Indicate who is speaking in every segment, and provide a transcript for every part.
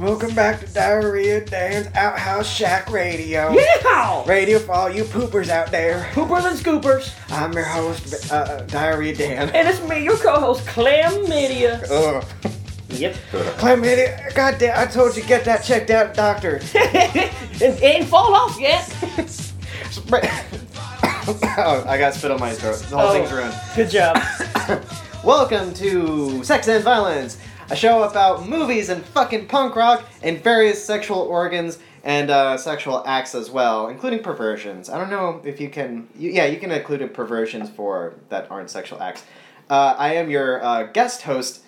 Speaker 1: Welcome back to Diarrhea Dan's Outhouse Shack Radio.
Speaker 2: Yeehaw!
Speaker 1: Radio for all you poopers out there.
Speaker 2: Poopers and scoopers.
Speaker 1: I'm your host, uh, Diarrhea Dan.
Speaker 2: And it's me, your co-host, Clam Media.
Speaker 1: Ugh.
Speaker 2: Yep.
Speaker 1: Clement, goddamn, I told you get that checked out, doctor.
Speaker 2: it ain't fall off yet.
Speaker 1: oh, I got spit on my throat. The whole
Speaker 2: Oh.
Speaker 1: thing's ruined.
Speaker 2: Good job.
Speaker 1: Welcome to Sex and Violence, a show about movies and fucking punk rock and various sexual organs and uh, sexual acts as well, including perversions. I don't know if you can, you, yeah, you can include perversions for that aren't sexual acts. Uh, I am your uh, guest host,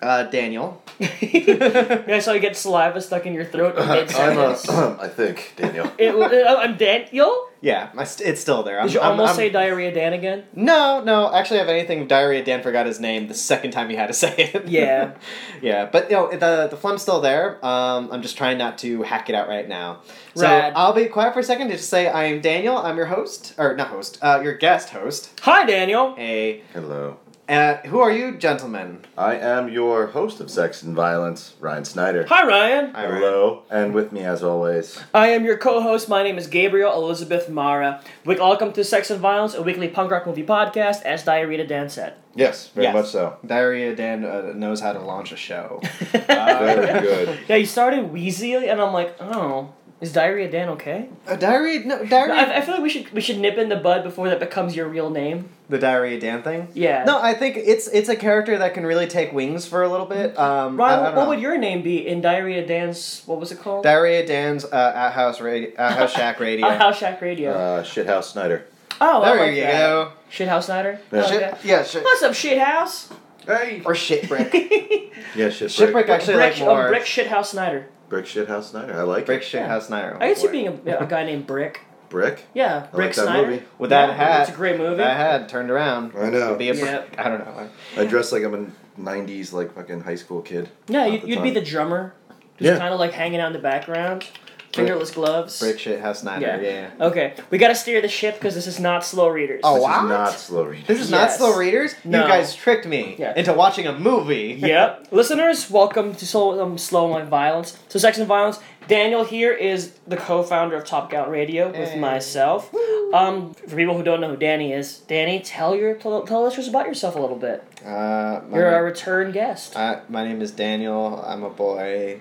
Speaker 1: uh, Daniel.
Speaker 2: I saw you get saliva stuck in your throat. in
Speaker 3: I'm a,
Speaker 2: mid-sentence.
Speaker 3: I think, Daniel.
Speaker 2: It was- uh, I'm Daniel.
Speaker 1: Yeah, my st- it's still there. I'm,
Speaker 2: Did you
Speaker 1: I'm-
Speaker 2: almost
Speaker 1: I'm-
Speaker 2: say diarrhea Dan again?
Speaker 1: No, no. Actually, I have anything diarrhea. Dan forgot his name the second time he had to say it.
Speaker 2: Yeah.
Speaker 1: yeah, but you know the the flum's still there. Um, I'm just trying not to hack it out right now. So
Speaker 2: Rad.
Speaker 1: I'll be quiet for a second to just say I am Daniel. I'm your host, or not host, uh, your guest host.
Speaker 2: Hi, Daniel.
Speaker 1: A
Speaker 3: Hello.
Speaker 1: uh, who are you, gentlemen?
Speaker 3: I am your host of Sex and Violence, Ryan Snyder.
Speaker 2: Hi, Ryan.
Speaker 1: Hi, Ryan.
Speaker 3: Hello. And with me, as always,
Speaker 2: I am your co-host. My name is Gabriel Elizabeth Mara. We welcome to Sex and Violence, a weekly punk rock movie podcast, as Diarrhea Dan said.
Speaker 3: yes, very
Speaker 2: Yes.
Speaker 3: much so.
Speaker 1: Diarrhea Dan uh, knows how to launch a show. Uh,
Speaker 3: Very good.
Speaker 2: Yeah, you started wheezy, and I'm like, oh, is Diarrhea Dan okay?
Speaker 1: Uh, diarrhea, no, diarrhea.
Speaker 2: I, I feel like we should we should nip in the bud before that becomes your real name.
Speaker 1: the diarrhea Dan thing.
Speaker 2: Yeah.
Speaker 1: No, I think it's it's a character that can really take wings for a little bit. Um, I- I
Speaker 2: Ryan,
Speaker 1: don't
Speaker 2: Mm-hmm. what
Speaker 1: know.
Speaker 2: would your name be in Diarrhea Dan's? What was it called?
Speaker 1: Diarrhea Dan's uh, at house radio, at house shack radio.
Speaker 2: Oh, House Shack Radio.
Speaker 3: Uh, Shithouse Snyder.
Speaker 2: oh, I
Speaker 1: there
Speaker 2: like
Speaker 1: you
Speaker 2: that.
Speaker 1: go.
Speaker 2: Shit House Snyder.
Speaker 3: Yeah.
Speaker 2: Okay.
Speaker 1: Shit, yeah, shit,
Speaker 2: What's up, Shit House?
Speaker 3: Hey!
Speaker 1: or shitbrick.
Speaker 2: Brick,
Speaker 3: Yeah, Shitbrick.
Speaker 1: shitbrick actually like more.
Speaker 2: oh, Brick Shit House Snyder.
Speaker 3: Brick Shithouse Snyder. I like
Speaker 1: brick
Speaker 3: it.
Speaker 1: shit house Nairo.
Speaker 2: I guess you being a, a guy named Brick.
Speaker 3: Brick.
Speaker 2: Yeah,
Speaker 3: I
Speaker 2: Brick
Speaker 3: like that
Speaker 2: Snyder.
Speaker 3: movie.
Speaker 1: with that
Speaker 2: Yeah,
Speaker 1: hat.
Speaker 2: It's a great movie.
Speaker 1: That hat turned around.
Speaker 3: I know.
Speaker 1: It'd Be a brick.
Speaker 2: Yeah.
Speaker 1: I don't know.
Speaker 3: I dress like I'm a 90s, like, fucking high school kid.
Speaker 2: Yeah,
Speaker 3: at
Speaker 2: you,
Speaker 3: the
Speaker 2: you'd be
Speaker 3: time.
Speaker 2: the drummer, just
Speaker 3: Yeah.
Speaker 2: kind of like hanging out in the background, fingerless gloves.
Speaker 1: Brick shit house Nairo. Yeah.
Speaker 2: Yeah. Okay, we gotta steer the ship because this is not slow readers.
Speaker 1: Oh,
Speaker 3: This
Speaker 1: What?
Speaker 3: is not slow reading.
Speaker 1: This is
Speaker 2: Yes.
Speaker 1: not slow readers.
Speaker 2: No.
Speaker 1: You guys tricked me
Speaker 2: Yeah.
Speaker 1: into watching a movie.
Speaker 2: yep. Listeners, welcome to Slow, um, Slow on Violence. So, Sex and Violence. Daniel here is the co-founder of Top Gout Radio with
Speaker 1: Hey.
Speaker 2: myself. Um, for people who don't know who Danny is, Danny, tell your tell, tell listeners about yourself a little bit.
Speaker 1: Uh, my,
Speaker 2: You're our
Speaker 1: name,
Speaker 2: return guest.
Speaker 1: I- my name is Daniel. I'm a boy.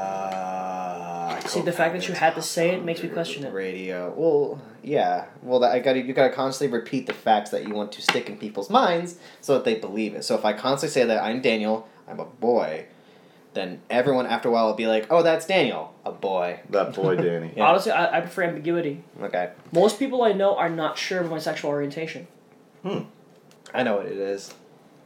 Speaker 1: Uh, I
Speaker 2: See, the fact that you had to say it makes me question it.
Speaker 1: radio. Well, yeah. Well, that, I got to you got to constantly repeat the facts that you want to stick in people's minds so that they believe it. So if I constantly say that I'm Daniel, I'm a boy, then everyone after a while will be like, "Oh, that's Daniel, a boy."
Speaker 3: That boy, Danny.
Speaker 1: Yeah.
Speaker 2: Honestly, I, I prefer ambiguity.
Speaker 1: Okay,
Speaker 2: Most people I know are not sure of my sexual orientation.
Speaker 1: I know what it is.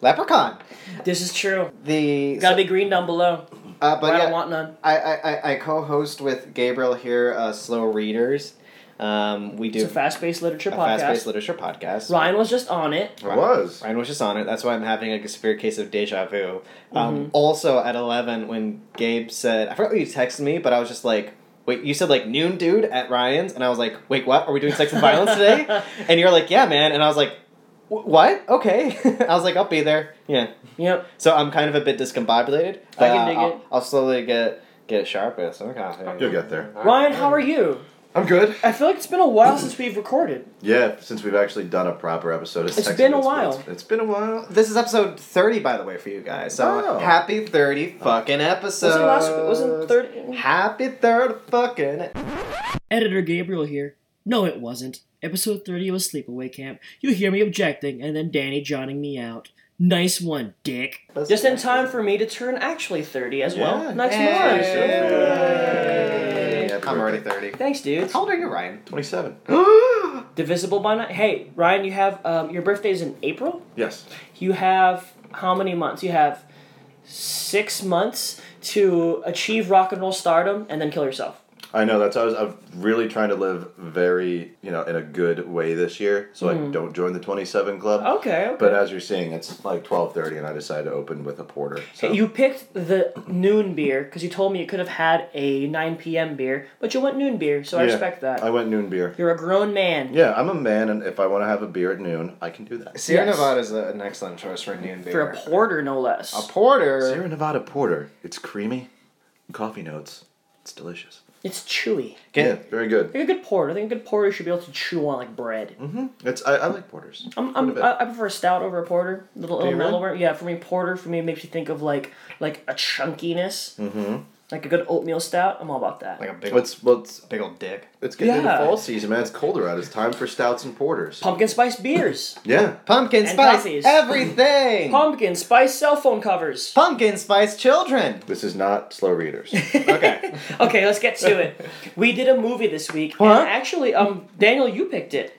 Speaker 1: Leprechaun.
Speaker 2: This is true.
Speaker 1: The
Speaker 2: You gotta be green down below.
Speaker 1: uh, but
Speaker 2: I
Speaker 1: yeah,
Speaker 2: don't want none.
Speaker 1: I, I, I, I co-host with Gabriel here, uh, Slow Readers. Um, we do
Speaker 2: It's a fast-paced literature
Speaker 1: a
Speaker 2: podcast.
Speaker 1: fast-paced literature podcast.
Speaker 2: Ryan was just on it.
Speaker 3: I was.
Speaker 1: Ryan was just on it. That's why I'm having like a severe case of deja vu. Um,
Speaker 2: Mm-hmm.
Speaker 1: Also, at 11, when Gabe said, I forgot what you texted me, but I was just like, wait, you said like noon, dude, at Ryan's. And I was like, wait, what? Are we doing sex and violence today? And you're like, yeah, man. And I was like, "Wh- what? Okay. I was like, I'll be there. Yeah.
Speaker 2: Yep.
Speaker 1: So I'm kind of a bit discombobulated.
Speaker 2: I
Speaker 1: but,
Speaker 2: can
Speaker 1: uh,
Speaker 2: dig
Speaker 1: I'll,
Speaker 2: it.
Speaker 1: I'll slowly get get sharp with some coffee.
Speaker 3: You'll get there.
Speaker 2: Ryan, how are you?
Speaker 3: I'm good.
Speaker 2: I feel like it's been a while since we've recorded.
Speaker 3: Yeah, since we've actually done a proper episode of
Speaker 2: It's
Speaker 3: Sex and
Speaker 2: been a
Speaker 3: Violence,
Speaker 2: while.
Speaker 3: It's, it's been a while.
Speaker 1: This is episode 30, by the way, for you guys. So
Speaker 3: Oh.
Speaker 1: happy 30 fucking episode.
Speaker 2: Wasn't last? Wasn't third?
Speaker 1: Happy third fucking
Speaker 2: Editor Gabriel here. No, it wasn't. Episode thirty was sleepaway camp. You hear me objecting, and then Danny johnning me out. Nice one, Dick.
Speaker 1: That's
Speaker 2: Just in
Speaker 1: nice.
Speaker 2: time for me to turn actually thirty as
Speaker 3: Yeah.
Speaker 2: well. Next month.
Speaker 3: Yay. Happy
Speaker 1: I'm already 30.
Speaker 3: birthday.
Speaker 2: Thanks, dude.
Speaker 1: How old are you, Ryan?
Speaker 3: 27.
Speaker 2: Divisible by nine. Hey, Ryan, you have um, your birthday's in April.
Speaker 3: Yes.
Speaker 2: you have how many months? You have six months to achieve rock and roll stardom and then kill yourself.
Speaker 3: I know that's. why I was. I'm really trying to live very, you know, in a good way this year, so
Speaker 2: Mm-hmm.
Speaker 3: I don't join the 27 club.
Speaker 2: Okay. okay.
Speaker 3: But as you're seeing, it's like 12:30, and I decided to open with a porter. So
Speaker 2: You picked the noon beer because you told me you could have had a 9 p.m. beer, but you went noon beer, so I
Speaker 3: Yeah,
Speaker 2: respect that.
Speaker 3: I went noon beer.
Speaker 2: You're a grown man
Speaker 3: Yeah, I'm a man, and if I want to have a beer at noon, I can do that.
Speaker 1: Sierra
Speaker 2: Yes.
Speaker 1: Nevada is a, an excellent choice for a noon beer.
Speaker 2: for a porter, no less.
Speaker 1: A porter.
Speaker 3: Sierra Nevada porter. It's creamy, coffee notes. It's delicious.
Speaker 2: It's chewy.
Speaker 1: Can-
Speaker 3: yeah, very good.
Speaker 2: Like a good porter. I think a good porter should be able to chew on like bread.
Speaker 3: It's. I, I like porters.
Speaker 2: I'm,
Speaker 3: Mm-hmm. Quite a
Speaker 2: I'm,
Speaker 3: bit.
Speaker 2: I, I prefer a stout over a porter. Little
Speaker 3: you
Speaker 2: little mellower.
Speaker 3: really?
Speaker 2: Yeah, for me, porter for me makes you think of like like a chunkiness. Mm-hmm. Like a good oatmeal stout. I'm all about that.
Speaker 1: Like a big,
Speaker 3: What's what's
Speaker 1: big old dick.
Speaker 3: it's getting into
Speaker 2: Yeah.
Speaker 3: fall season, man. It's colder out. It's time for stouts and porters.
Speaker 2: Pumpkin spice beers.
Speaker 3: Yeah.
Speaker 1: Pumpkin
Speaker 2: And
Speaker 1: spice
Speaker 2: coffees.
Speaker 1: everything.
Speaker 2: Pumpkin spice cell phone covers.
Speaker 1: Pumpkin spice children.
Speaker 3: This is not slow readers.
Speaker 1: Okay.
Speaker 2: Okay, let's get to it. We did a movie this week.
Speaker 1: Huh?
Speaker 2: And actually, um, Daniel, you picked it.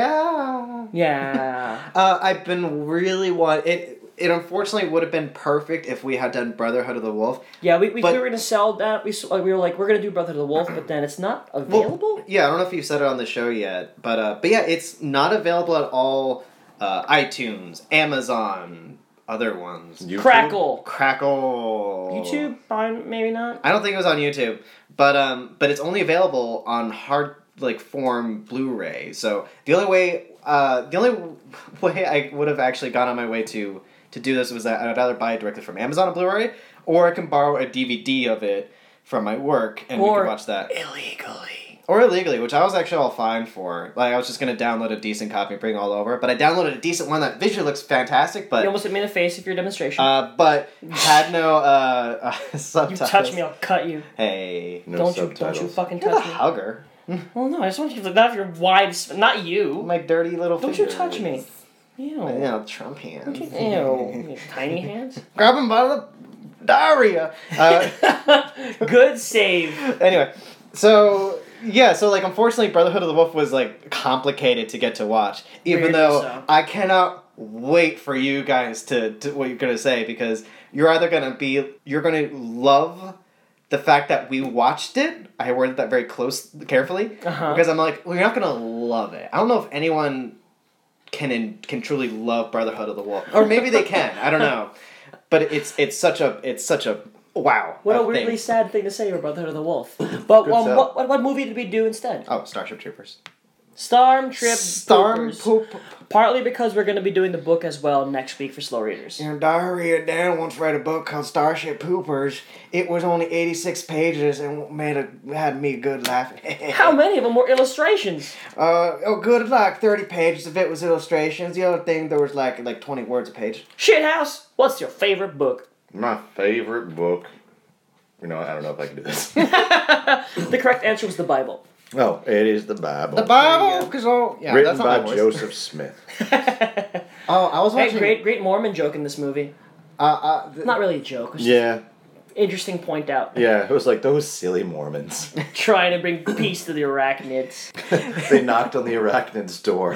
Speaker 1: yeah.
Speaker 2: Yeah.
Speaker 1: Uh, I've been really want it. It unfortunately would have been perfect if we had done Brotherhood of the Wolf.
Speaker 2: Yeah, we, we,
Speaker 1: But-
Speaker 2: we were gonna sell that. We s- like, we were like we're gonna do Brother of the Wolf, but then it's not
Speaker 1: Well,
Speaker 2: available.
Speaker 1: yeah, I don't know if you've said it on the show yet, but uh, but yeah, it's not available at all. Uh, iTunes, Amazon, other ones,
Speaker 3: You
Speaker 2: Crackle.
Speaker 1: Crackle,
Speaker 2: YouTube, fine, maybe not.
Speaker 1: I don't think it was on YouTube, but um, but it's only available on hard like form Blu-ray. So the only way, uh, the only way I would have actually gone on my way to to do this was that I'd either buy it directly from Amazon on Blu-ray, or I can borrow a DVD of it from my work and we
Speaker 2: Or-
Speaker 1: can watch that,
Speaker 2: Illegally.
Speaker 1: or illegally, which I was actually all fine for. Like I was just gonna download a decent copy and bring it all over, but I downloaded a decent one that visually looks fantastic,
Speaker 2: You
Speaker 1: but.
Speaker 2: almost hit me in the face with your demonstration.
Speaker 1: Uh, but had no uh, uh
Speaker 2: you
Speaker 1: subtitles.
Speaker 2: touch me, I'll cut you.
Speaker 1: Hey,
Speaker 3: No
Speaker 2: don't you?
Speaker 3: subtitles.
Speaker 2: Don't you fucking
Speaker 1: you're the
Speaker 2: touch me.
Speaker 1: hugger.
Speaker 2: Well, no, I just want you to not if you're wide. sp- Not you.
Speaker 1: My dirty little
Speaker 2: Don't you touch me.
Speaker 1: You
Speaker 2: Ew.
Speaker 1: know, Trump hands.
Speaker 2: Ew. You Tiny hands.
Speaker 1: Grab him by the diarrhea. Uh,
Speaker 2: Good save.
Speaker 1: anyway, so yeah, so like unfortunately, Brotherhood of the Wolf was like complicated to get to watch, even
Speaker 2: Weirdly
Speaker 1: though
Speaker 2: so.
Speaker 1: I cannot wait for you guys to, to what you're gonna say because you're either gonna be you're gonna love the fact that we watched it. I worded that very close carefully
Speaker 2: Uh-huh.
Speaker 1: because I'm like, well, you're not gonna love it. I don't know if anyone can can truly love Brotherhood of the Wolf, or maybe they can. I don't know, but it's it's such a it's such a wow.
Speaker 2: What a
Speaker 1: thing.
Speaker 2: weirdly sad thing to say about Brotherhood of the Wolf. But
Speaker 3: Good
Speaker 2: um,
Speaker 3: sell.
Speaker 2: what, what, what movie did we do instead?
Speaker 1: Oh, Starship Troopers.
Speaker 2: Storm Trip
Speaker 1: Storm
Speaker 2: Poopers.
Speaker 1: poop.
Speaker 2: Partly because we're going to be doing the book as well next week for slow readers.
Speaker 1: Your diarrhea Dan once read a book called Starship Poopers. It was only eighty six pages and made a had me good laughing.
Speaker 2: How many of them were illustrations?
Speaker 1: Uh, oh, good like thirty pages of it was illustrations. The other thing there was like like twenty words a page.
Speaker 2: Shithouse, what's your favorite book?
Speaker 3: My favorite book. You know, I don't know if I can do this.
Speaker 2: The correct answer was the Bible.
Speaker 3: oh, it is the Bible.
Speaker 1: Bible, because oh yeah,
Speaker 3: Written by Joseph Smith.
Speaker 1: Oh, I was
Speaker 2: Hey,
Speaker 1: watching.
Speaker 2: great, great Mormon joke in this movie.
Speaker 1: Uh, uh, th-
Speaker 2: Not really a joke. It's
Speaker 3: yeah,
Speaker 2: just an interesting point out.
Speaker 3: yeah. It was like those silly Mormons.
Speaker 2: Trying to bring peace to the arachnids.
Speaker 3: they knocked on the arachnid's door.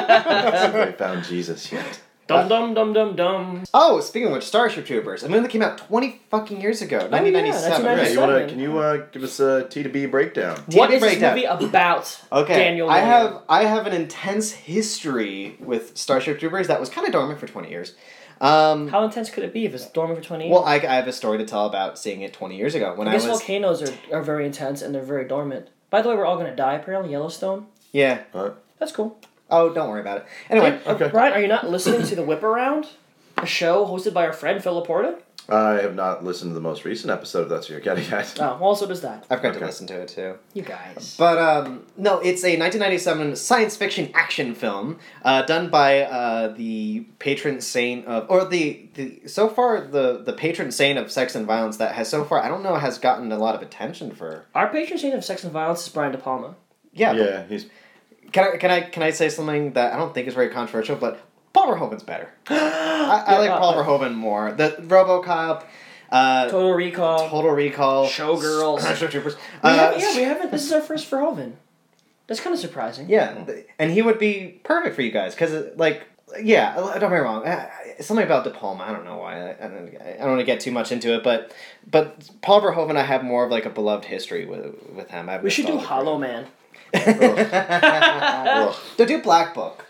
Speaker 3: they found Jesus yet.
Speaker 1: Uh,
Speaker 2: Dum dum dum dum dum.
Speaker 1: oh, speaking of which, Starship Troopers, a movie that came out twenty fucking years
Speaker 2: Oh,
Speaker 1: ago, nineteen ninety seven.
Speaker 3: Yeah, you wanna?
Speaker 2: Seven.
Speaker 3: Can you uh, give us a T to B breakdown?
Speaker 2: What
Speaker 1: Deep
Speaker 2: is this
Speaker 1: breakdown.
Speaker 2: movie about?
Speaker 1: Okay,
Speaker 2: Daniel.
Speaker 1: I
Speaker 2: Lanier?
Speaker 1: have I have an intense history with Starship Troopers that was kind of dormant for twenty years. Um,
Speaker 2: How intense could it be if it's dormant for twenty years?
Speaker 1: well, I, I have a story to tell about seeing it twenty years ago when
Speaker 2: I
Speaker 1: I,
Speaker 2: guess
Speaker 1: was
Speaker 2: volcanoes are, are very intense and they're very dormant. By the way, we're all gonna die apparently. Yellowstone.
Speaker 1: yeah.
Speaker 3: What?
Speaker 2: That's cool. uh,
Speaker 1: Oh, don't worry about it. Anyway,
Speaker 3: Okay.
Speaker 2: Brian, are you not listening to the Whip Around, a show hosted by our friend Phil Laporta?
Speaker 3: I have not listened to the most recent episode of That's What You're Getting At.
Speaker 2: Oh, also does that.
Speaker 1: I forgot to
Speaker 3: Okay.
Speaker 1: listen to it too.
Speaker 2: You guys.
Speaker 1: But um, no, it's a 1997 science fiction action film uh, done by uh, the patron saint of, or the, the so far the the patron saint of sex and violence that has so far I don't know has gotten a lot of attention for.
Speaker 2: Our patron saint of sex and violence is Brian De Palma.
Speaker 1: Yeah,
Speaker 3: Yeah, he's
Speaker 1: Can I can I can I say something that I don't think is very controversial, but Paul Verhoeven's better. I, I like
Speaker 2: Yeah.
Speaker 1: Paul Verhoeven more. The RoboCop, uh,
Speaker 2: Total Recall.
Speaker 1: Total Recall,
Speaker 2: Showgirls.
Speaker 1: Starship Troopers.
Speaker 2: we
Speaker 1: Uh,
Speaker 2: haven't, yeah, we haven't. This is our first Verhoeven. That's kind of surprising.
Speaker 1: Yeah, th- and he would be perfect for you guys because, like, yeah, uh, don't get me wrong. I- something about De Palma. I don't know why. I, I don't, I don't want to get too much into it, but but Paul Verhoeven, I have more of like a beloved history with with him. I've
Speaker 2: We should do
Speaker 1: nostalgic.
Speaker 2: Hollow Man.
Speaker 3: Ugh.
Speaker 1: Don't do Black Book.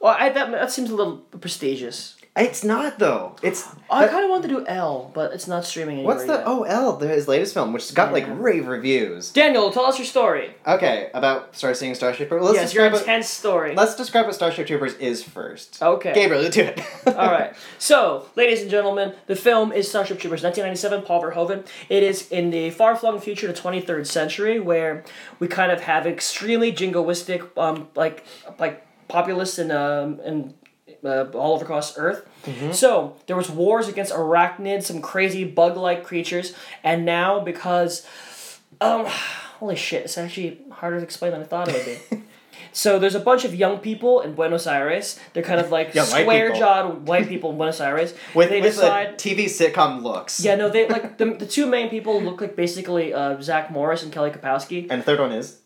Speaker 2: Well, I, that, that seems a little prestigious.
Speaker 1: It's not though. It's
Speaker 2: Oh, I kind of wanted to do L, but it's not streaming anywhere.
Speaker 1: what's the oh.
Speaker 2: yet.
Speaker 1: OL? the- His latest film, which got like
Speaker 2: Yeah.
Speaker 1: rave reviews.
Speaker 2: Daniel, tell us your story.
Speaker 1: Okay, about Star Seeing Starship Troopers. Let's
Speaker 2: yes, your
Speaker 1: describe. What,
Speaker 2: intense story.
Speaker 1: let's describe what Starship Troopers is first.
Speaker 2: Okay.
Speaker 1: Gabriel, you do it.
Speaker 2: All right. So, ladies and gentlemen, the film is Starship Troopers, 1997, Paul Verhoeven. It is in the far-flung future, the 23rd century, where we kind of have extremely jingoistic, um, like, like populists in um in uh, all over across Earth.
Speaker 1: Mm-hmm.
Speaker 2: So there was wars against arachnids, some crazy bug-like creatures, and now because, um, holy shit, it's actually harder to explain than I thought it would be. So there's a bunch of young people in Buenos Aires. They're kind of like
Speaker 1: Young white people.
Speaker 2: square jawed white people in Buenos Aires.
Speaker 1: with
Speaker 2: they
Speaker 1: with
Speaker 2: decide
Speaker 1: the TV sitcom looks.
Speaker 2: yeah, no, they like the, the two main people look like basically uh, Zach Morris and Kelly Kapowski,
Speaker 1: And the third one is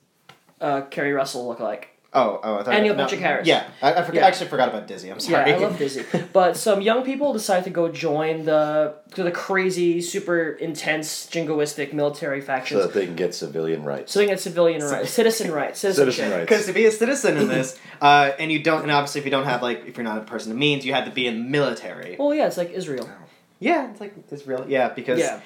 Speaker 2: uh, Kerry Russell look alike.
Speaker 1: oh oh I thought
Speaker 2: Daniel
Speaker 1: no,
Speaker 2: Patrick Harris.
Speaker 1: Yeah, I, I forgot,
Speaker 2: Yeah.
Speaker 1: actually forgot about Dizzy. I'm sorry.
Speaker 2: Yeah, I love Dizzy. But some young people decide to go join the to the crazy, super intense, jingoistic military
Speaker 3: so
Speaker 2: factions.
Speaker 3: that they can get civilian rights.
Speaker 2: so they get civilian rights, citizen rights, citizenship.
Speaker 3: Citizen
Speaker 1: Because
Speaker 3: rights.
Speaker 1: to be a citizen in this, uh, and you don't, and obviously if you don't have like, if you're not a person of means, you had to be in the military.
Speaker 2: Well, yeah, it's like Israel.
Speaker 1: Yeah, it's like it's real. Yeah, because
Speaker 2: Yeah,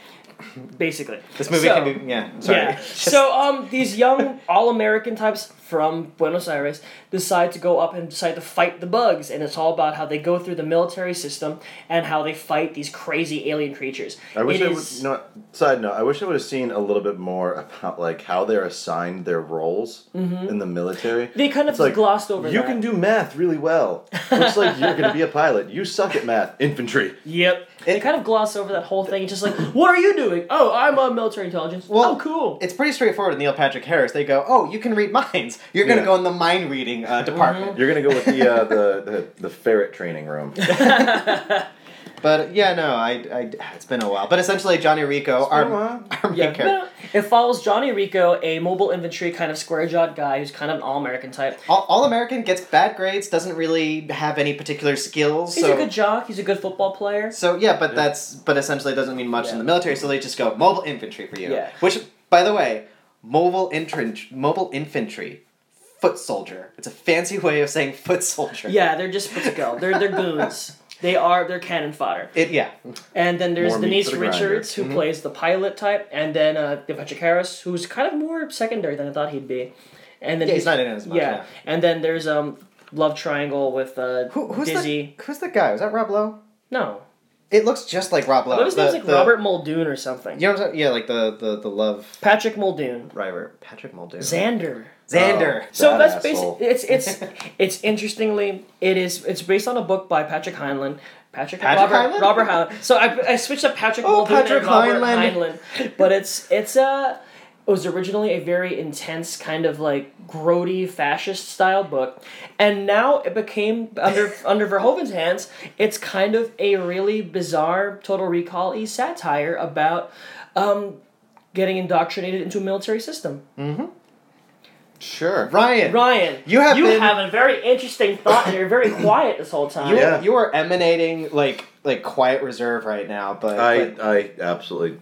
Speaker 2: basically.
Speaker 1: this movie
Speaker 2: So-
Speaker 1: can be. Yeah, sorry.
Speaker 2: Yeah. So um, these young all-American types from Buenos Aires decide to go up and decide to fight the bugs, and it's all about how they go through the military system and how they fight these crazy alien creatures.
Speaker 3: I wish
Speaker 2: It
Speaker 3: I
Speaker 2: is-
Speaker 3: would not. Side note: I wish I would have seen a little bit more about like how they're assigned their roles in the military.
Speaker 2: Mm-hmm. They kind of
Speaker 3: It's like,
Speaker 2: glossed over.
Speaker 3: You
Speaker 2: that.
Speaker 3: can do math really well. Looks like you're going to be a pilot. You suck at math. Infantry.
Speaker 2: Yep. they kind of gloss over that whole thing. Just like, what are you doing? Oh, I'm a military intelligence.
Speaker 1: Well,
Speaker 2: oh, cool.
Speaker 1: It's pretty straightforward with Neil Patrick Harris. They go, "Oh, you can read minds. You're gonna
Speaker 3: Yeah.
Speaker 1: go in the mind reading
Speaker 2: Mm-hmm.
Speaker 1: uh, department."
Speaker 3: You're going to go with the, uh, the the the ferret training room.
Speaker 1: But yeah, no, I, I, it's been a while. But essentially, Johnny Rico,
Speaker 3: been a
Speaker 1: our,
Speaker 3: while.
Speaker 1: our main
Speaker 2: Yeah.
Speaker 1: character,
Speaker 2: It follows Johnny Rico, a mobile infantry kind of square jawed guy who's kind of an all American type.
Speaker 1: all, all American, gets bad grades, doesn't really have any particular skills.
Speaker 2: He's
Speaker 1: so
Speaker 2: a good jock. He's a good football player.
Speaker 1: So yeah, but that's but essentially doesn't mean much in
Speaker 2: Yeah.
Speaker 1: the military. So they just go mobile infantry for you.
Speaker 2: Yeah.
Speaker 1: Which, by the way, mobile infantry, mobile infantry, foot soldier. It's a fancy way of saying foot soldier.
Speaker 2: Yeah, they're just put to go. They're they're goons. They are they're cannon fodder.
Speaker 1: It yeah.
Speaker 2: And then there's
Speaker 3: More meat
Speaker 2: Denise
Speaker 3: for the grinder.
Speaker 2: Richards
Speaker 1: Mm-hmm.
Speaker 2: who plays the pilot type, and then uh, Neil Patrick Harris who's kind of more secondary than I thought he'd be. And then
Speaker 1: Yeah, he's not in it as much.
Speaker 2: yeah. And then there's um love triangle with uh,
Speaker 1: Who, who's
Speaker 2: Dizzy.
Speaker 1: the who's the guy? Is that Rob Lowe?
Speaker 2: No,
Speaker 1: It looks just like Rob Lowe.
Speaker 2: what his
Speaker 1: The-
Speaker 2: name's like
Speaker 1: the-
Speaker 2: Robert Muldoon or something.
Speaker 1: You know what I'm talking? Yeah, like the the the love
Speaker 2: Patrick Muldoon,
Speaker 1: driver Patrick Muldoon.
Speaker 2: Xander.
Speaker 1: Xander.
Speaker 3: Oh.
Speaker 2: So
Speaker 3: That
Speaker 2: that's
Speaker 3: asshole.
Speaker 2: basically it's it's it's interestingly it is it's based on a book by Patrick Heinlein. Patrick,
Speaker 1: Patrick
Speaker 2: Robert
Speaker 1: Heinlein?
Speaker 2: Robert Heinlein. So I, I switched up Patrick
Speaker 1: Oh,
Speaker 2: Muldoon
Speaker 1: Patrick
Speaker 2: and Robert
Speaker 1: Heinlein.
Speaker 2: Heinlein. but it's it's a it was originally a very intense kind of like grody fascist style book, and now it became under under Verhoeven's hands. It's kind of a really bizarre Total Recall y satire about um, getting indoctrinated into a military system.
Speaker 3: Sure.
Speaker 1: Ryan.
Speaker 2: Ryan,
Speaker 1: You have
Speaker 2: you
Speaker 1: been-
Speaker 2: have a very interesting thought, and you're very quiet this whole time.
Speaker 1: You,
Speaker 3: Yeah.
Speaker 1: you are emanating like like quiet reserve right now, but,
Speaker 3: I,
Speaker 1: but
Speaker 3: I absolutely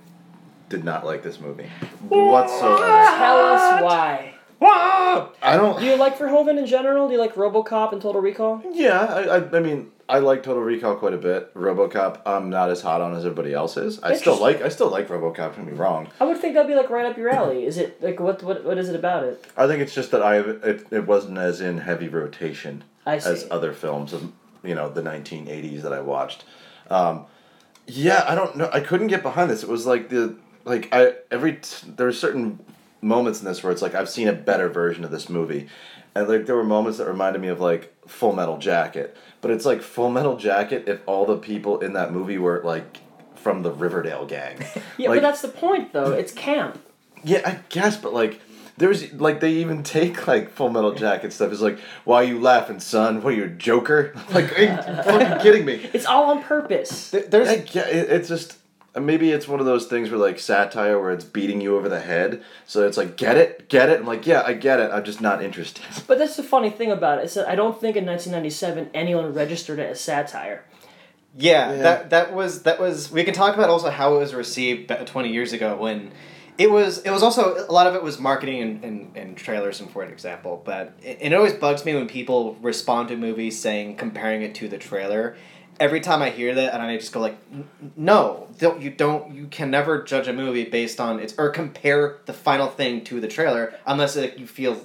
Speaker 3: did not like this movie whatsoever.
Speaker 2: Tell us why.
Speaker 3: I don't.
Speaker 2: Do you like Verhoeven in general? Do you like RoboCop and Total Recall?
Speaker 3: Yeah, I, I, I mean, I like Total Recall quite a bit. RoboCop, I'm not as hot on as everybody else is. I still
Speaker 2: Interesting.
Speaker 3: like, I still like RoboCop. Don't be wrong.
Speaker 2: I would think that'd be like right up your alley. Is it like what what what is it about it?
Speaker 3: I think it's just that I it, it wasn't as in heavy rotation
Speaker 2: I see.
Speaker 3: as other films of you know the 1980s that I watched. Um, yeah, I don't know. I couldn't get behind this. It was like the like I every t- there were certain moments in this where it's like I've seen a better version of this movie, and like there were moments that reminded me of like Full Metal Jacket. But it's like Full Metal Jacket if all the people in that movie were like from the Riverdale gang.
Speaker 2: Yeah,
Speaker 3: Like,
Speaker 2: but that's the point though. It's camp.
Speaker 3: yeah, I guess, but like, there's like they even take like Full Metal Jacket stuff. It's like, why you laughing, son? What are you, a joker? Like, are you fucking kidding me?
Speaker 2: It's all on purpose.
Speaker 1: th- there's
Speaker 3: I get, it, it's just uh, maybe it's one of those things where like satire where it's beating you over the head. So it's like, get it, get it. I'm like, yeah, I get it. I'm just not interested.
Speaker 2: But that's the funny thing about it. Is that I don't think in 1997 anyone registered it as satire.
Speaker 1: Yeah,
Speaker 3: Yeah.
Speaker 1: that that was that was. We can talk about also how it was received ba- twenty years ago when it was. It was also a lot of it was marketing and, and, and trailers, and for an example. But it, it always bugs me when people respond to movies saying comparing it to the trailer. Every time I hear that, and I just go like, "N- n- "No, don't, you don't. You can never judge a movie based on its or compare the final thing to the trailer unless like, you feel."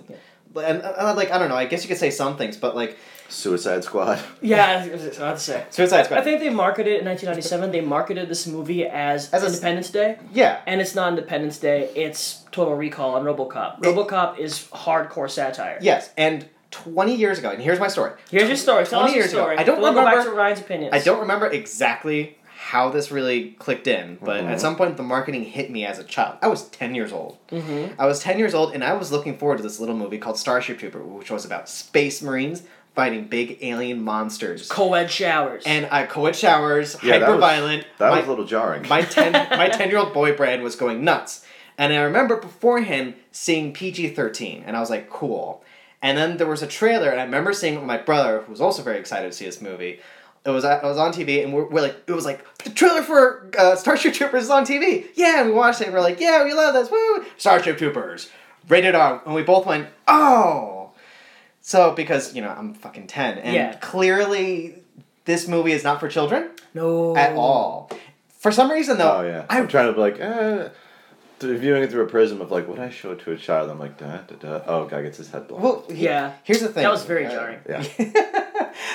Speaker 1: but- And, and like I don't know. I guess you could say some things, but like
Speaker 3: Suicide Squad.
Speaker 2: Yeah, it's hard to say.
Speaker 1: Suicide Squad.
Speaker 2: I think they marketed it in 1997. They marketed this movie as,
Speaker 1: As a-
Speaker 2: Independence Day,
Speaker 1: yeah,
Speaker 2: and it's not Independence Day. It's Total Recall and RoboCop. RoboCop is hardcore satire.
Speaker 1: Yes, and 20 years ago, and here's my story.
Speaker 2: Here's your story. Tell
Speaker 1: 20
Speaker 2: us your
Speaker 1: years ago.
Speaker 2: story.
Speaker 1: I don't
Speaker 2: We'll Go back
Speaker 1: remember-
Speaker 2: to Ryan's opinions.
Speaker 1: I don't remember exactly how this really clicked in, but
Speaker 3: Mm-hmm.
Speaker 1: at some point the marketing hit me as a child. I was 10 years old.
Speaker 3: Mm-hmm.
Speaker 1: I was 10 years old, and I was looking forward to this little movie called Starship Trooper, which was about space marines fighting big alien monsters.
Speaker 2: Co-ed showers.
Speaker 1: And I co-ed showers,
Speaker 3: Yeah, that
Speaker 1: hyper
Speaker 3: was-
Speaker 1: violent.
Speaker 3: That
Speaker 1: my,
Speaker 3: was a little jarring.
Speaker 1: my ten my ten year old boy brain was going nuts, and I remember beforehand seeing PG thirteen, and I was like, cool. And then there was a trailer, and I remember seeing it with my brother, who was also very excited to see this movie. It was I was on TV, and we're, we're like, it was like the trailer for uh, Starship Troopers is on TV. Yeah, and we watched it, and we're like, yeah, we love this. Woo! Starship Troopers, rated R, and we both went, oh. So because you know I'm fucking ten, and
Speaker 2: Yeah.
Speaker 1: clearly this movie is not for children
Speaker 2: no.
Speaker 1: at all. For some reason, though,
Speaker 3: Oh yeah, I'm
Speaker 1: I
Speaker 3: trying to be like, eh, th- viewing it through a prism of like, would I show it to a child? I'm like, da da da. Oh, guy gets his head blown.
Speaker 1: well, he-
Speaker 2: Yeah.
Speaker 1: Here's the thing.
Speaker 2: That was very
Speaker 1: Uh,
Speaker 2: jarring.
Speaker 3: yeah,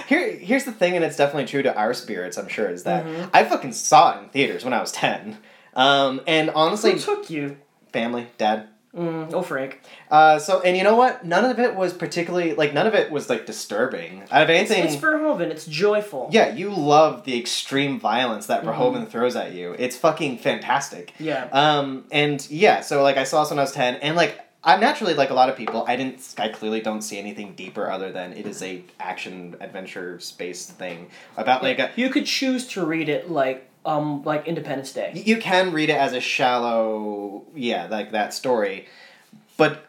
Speaker 1: Here, here's the thing, and it's definitely true to our spirits. I'm sure is that
Speaker 2: Mm-hmm.
Speaker 1: I fucking saw it in theaters when I was ten, um, and honestly,
Speaker 2: Who took you?
Speaker 1: family, dad.
Speaker 2: Mm, oh, Frank.
Speaker 1: Uh, so, and you know what? None of it was particularly like none of it was like disturbing. Out of anything,
Speaker 2: It's Verhoeven. It's joyful.
Speaker 1: yeah, you love the extreme violence that Verhoeven throws at you. It's fucking fantastic.
Speaker 2: Yeah.
Speaker 1: Um, and yeah, so like I saw this when I was ten, and like I'm naturally like a lot of people, I didn't, I clearly don't see anything deeper other than it is a action adventure space thing about like uh, a.
Speaker 2: you could choose to read it like um like Independence Day.
Speaker 1: You can read it as a shallow, yeah, like that story, but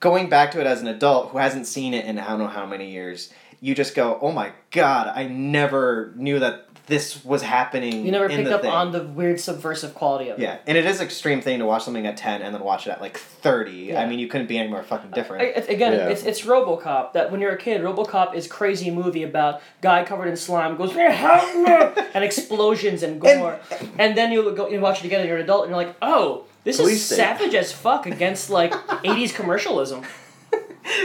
Speaker 1: going back to it as an adult who hasn't seen it in I don't know how many years, you just go, oh my god, I never knew that this was happening.
Speaker 2: You never
Speaker 1: in
Speaker 2: picked
Speaker 1: the
Speaker 2: up
Speaker 1: thing.
Speaker 2: on the weird subversive quality of it.
Speaker 1: Yeah, and it is extreme thing to watch something at ten and then watch it at like thirty.
Speaker 2: Yeah.
Speaker 1: I mean, you couldn't be any more fucking different.
Speaker 2: I, it's- again,
Speaker 3: Yeah.
Speaker 2: it's it's RoboCop. That when you're a kid, RoboCop is crazy movie about guy covered in slime goes "Hey, help me!" and explosions and gore, and, then you go you watch it again. And you're an adult, and you're like, oh, this
Speaker 3: Police
Speaker 2: is
Speaker 3: state.
Speaker 2: savage as fuck against like '80s commercialism.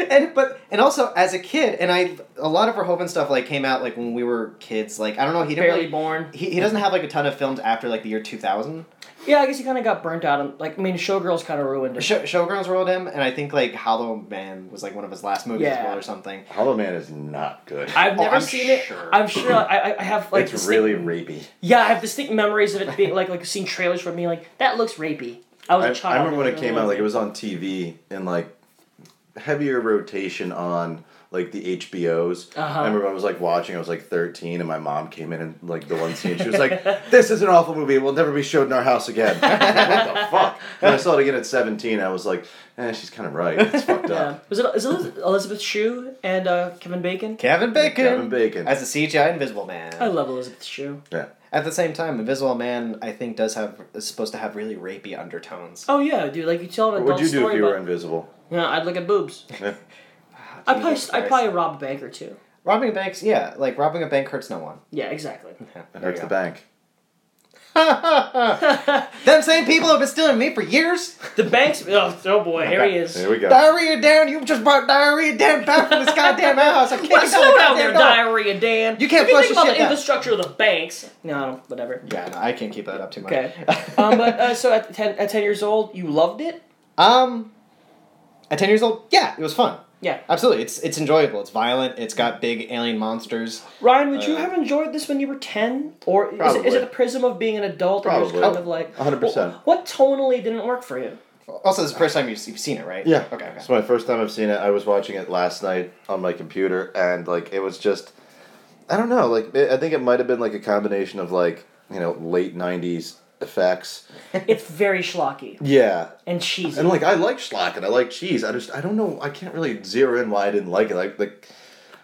Speaker 1: and but and also as a kid, and I a lot of Verhoeven stuff like came out like when we were kids. Like I don't know, he didn't
Speaker 2: Barely
Speaker 1: really,
Speaker 2: born.
Speaker 1: he, he doesn't have like a ton of films after like the year two thousand.
Speaker 2: Yeah, I guess he kind of got burnt out. On, like I mean, Showgirls kind of ruined it.
Speaker 1: Show, Showgirls rolled him, and I think like Hollow Man was like one of his last movies as
Speaker 2: Yeah.
Speaker 1: well or something.
Speaker 3: Hollow Man is not good.
Speaker 2: I've
Speaker 1: Oh,
Speaker 2: never
Speaker 1: I'm
Speaker 2: seen it.
Speaker 1: sure.
Speaker 2: I'm sure I, I- I have like
Speaker 3: it's
Speaker 2: distinct-
Speaker 3: really rapey.
Speaker 2: yeah. I have distinct memories of it being like like seeing trailers for me like that looks rapey. I was a
Speaker 3: I,
Speaker 2: child.
Speaker 3: I remember when it came out, like it
Speaker 2: was.
Speaker 3: was on TV and like heavier rotation on like the HBOs.
Speaker 2: Uh-huh.
Speaker 3: I remember I was like watching. I was like 13, and my mom came in and like the one scene. She was like, "This is an awful movie. It will never be showed in our house again." I was like, what the fuck? And I saw it again at 17. I was like, "Eh, she's kind of right. It's fucked
Speaker 2: Yeah.
Speaker 3: up."
Speaker 2: Was it is it Elizabeth Shue and uh, Kevin Bacon?
Speaker 1: Kevin Bacon,
Speaker 3: Kevin Bacon.
Speaker 1: as the CGI Invisible Man.
Speaker 2: I love Elizabeth Shue.
Speaker 3: Yeah.
Speaker 1: At the same time, Invisible Man I think does have is supposed to have really rapey undertones.
Speaker 2: Oh yeah, dude. Like you tell an adult
Speaker 3: What would you do
Speaker 2: story
Speaker 3: if you were
Speaker 2: about.
Speaker 3: invisible?
Speaker 2: Yeah, I'd look at boobs.
Speaker 3: Yeah.
Speaker 2: I probably
Speaker 1: Jesus
Speaker 2: I
Speaker 1: Christ.
Speaker 2: probably rob a bank or two.
Speaker 1: Robbing banks, yeah, like robbing a bank hurts no one.
Speaker 2: Yeah, exactly.
Speaker 1: Yeah,
Speaker 3: It
Speaker 1: there you
Speaker 3: hurts the
Speaker 1: go.
Speaker 3: bank.
Speaker 1: Them same people have been stealing me for years.
Speaker 2: The banks. Oh, oh boy, here he is.
Speaker 3: There we go.
Speaker 1: Diarrhea down. You just brought diarrhea down back from this goddamn house. I can't
Speaker 2: Why
Speaker 1: get out
Speaker 2: slow
Speaker 1: of the
Speaker 2: down there,
Speaker 1: goddamn door.
Speaker 2: diarrhea, Dan.
Speaker 1: You can't
Speaker 2: if you
Speaker 1: flush
Speaker 2: think
Speaker 1: the
Speaker 2: about
Speaker 1: shit
Speaker 2: the
Speaker 1: down.
Speaker 2: infrastructure of the banks. No, I don't- whatever.
Speaker 1: Yeah, no, I can't keep that up too much.
Speaker 2: Okay. um, but uh, so at ten, at ten years old, you loved it.
Speaker 1: um, at ten years old, yeah, it was fun.
Speaker 2: Yeah.
Speaker 1: Absolutely, it's it's enjoyable. It's violent. It's got big alien monsters.
Speaker 2: Ryan, would you
Speaker 1: Uh,
Speaker 2: have enjoyed this when you were ten, or is it, is
Speaker 3: Probably.
Speaker 2: it the prism of being an adult? and you're just
Speaker 3: Probably.
Speaker 2: kind of like
Speaker 3: A hundred percent.
Speaker 2: What, what tonally didn't work for you?
Speaker 1: Also, this is the first time you've, you've seen it, right?
Speaker 3: Yeah.
Speaker 1: Okay. okay.
Speaker 3: It's my first time I've seen it. I was watching it last night on my computer, and like it was just, I don't know. Like it, I think it might have been like a combination of like you know late '90s effects.
Speaker 2: It's very schlocky
Speaker 3: Yeah,
Speaker 2: and cheesy.
Speaker 3: and like I like schlock and I like cheese. I just I don't know. I can't really zero in why I didn't like it. Like like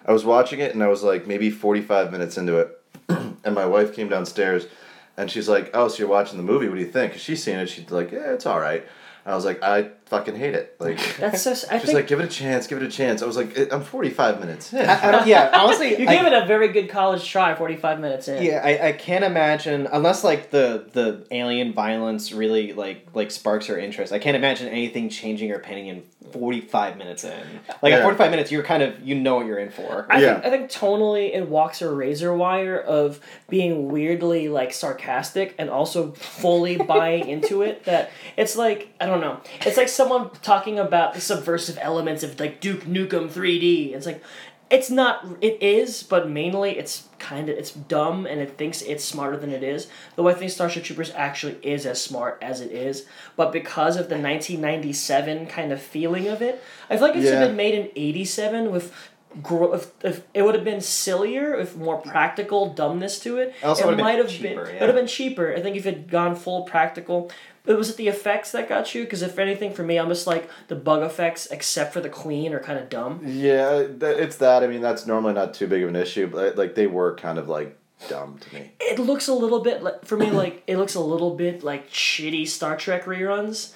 Speaker 3: I was watching it and I was like maybe 45 minutes into it, and my wife came downstairs, and she's like, "Oh, so you're watching the movie? What do you think?" 'Cause she's seen it. She's like, "Yeah, it's all right." I was like, "I fucking hate it." Like,
Speaker 2: That's so. s- I
Speaker 3: she's
Speaker 2: think
Speaker 3: like, "Give it a chance. Give it a chance." I was like, "I- "I'm 45 minutes in."
Speaker 1: I, I don't, yeah, honestly,
Speaker 2: you
Speaker 1: I-
Speaker 2: gave it a very good college try. Forty-five minutes in.
Speaker 1: Yeah, I, I can't imagine unless like the the alien violence really like like sparks her interest. I can't imagine anything changing her opinion forty five minutes in. Like at
Speaker 3: Yeah.
Speaker 1: forty five minutes, you're kind of you know what you're in for.
Speaker 2: I,
Speaker 3: Yeah.
Speaker 2: think, I think tonally it walks a razor wire of being weirdly like sarcastic and also fully buying into it that it's like i don't know it's like someone talking about the subversive elements of like duke nukem 3d it's like it's not it is but mainly it's kind of it's dumb and it thinks it's smarter than it is though i think starship troopers actually is as smart as it is but because of the 1997 kind of feeling of it i feel like it should have
Speaker 3: Yeah.
Speaker 2: been made in 87 with gro- if, if it would have been sillier if more practical dumbness to it
Speaker 1: Also
Speaker 2: it
Speaker 1: would've been
Speaker 2: might have
Speaker 1: cheaper,
Speaker 2: been
Speaker 1: yeah.
Speaker 2: it would have been cheaper i think if it had gone full practical but was it the effects that got you because if anything for me i'm just like the bug effects except for the queen are kind of dumb
Speaker 3: Yeah, uh, that, it's that. I mean, that's normally not too big of an issue, but uh, like they were kind of like dumb to me.
Speaker 2: it looks a little bit like for me like it looks a little bit like shitty star trek reruns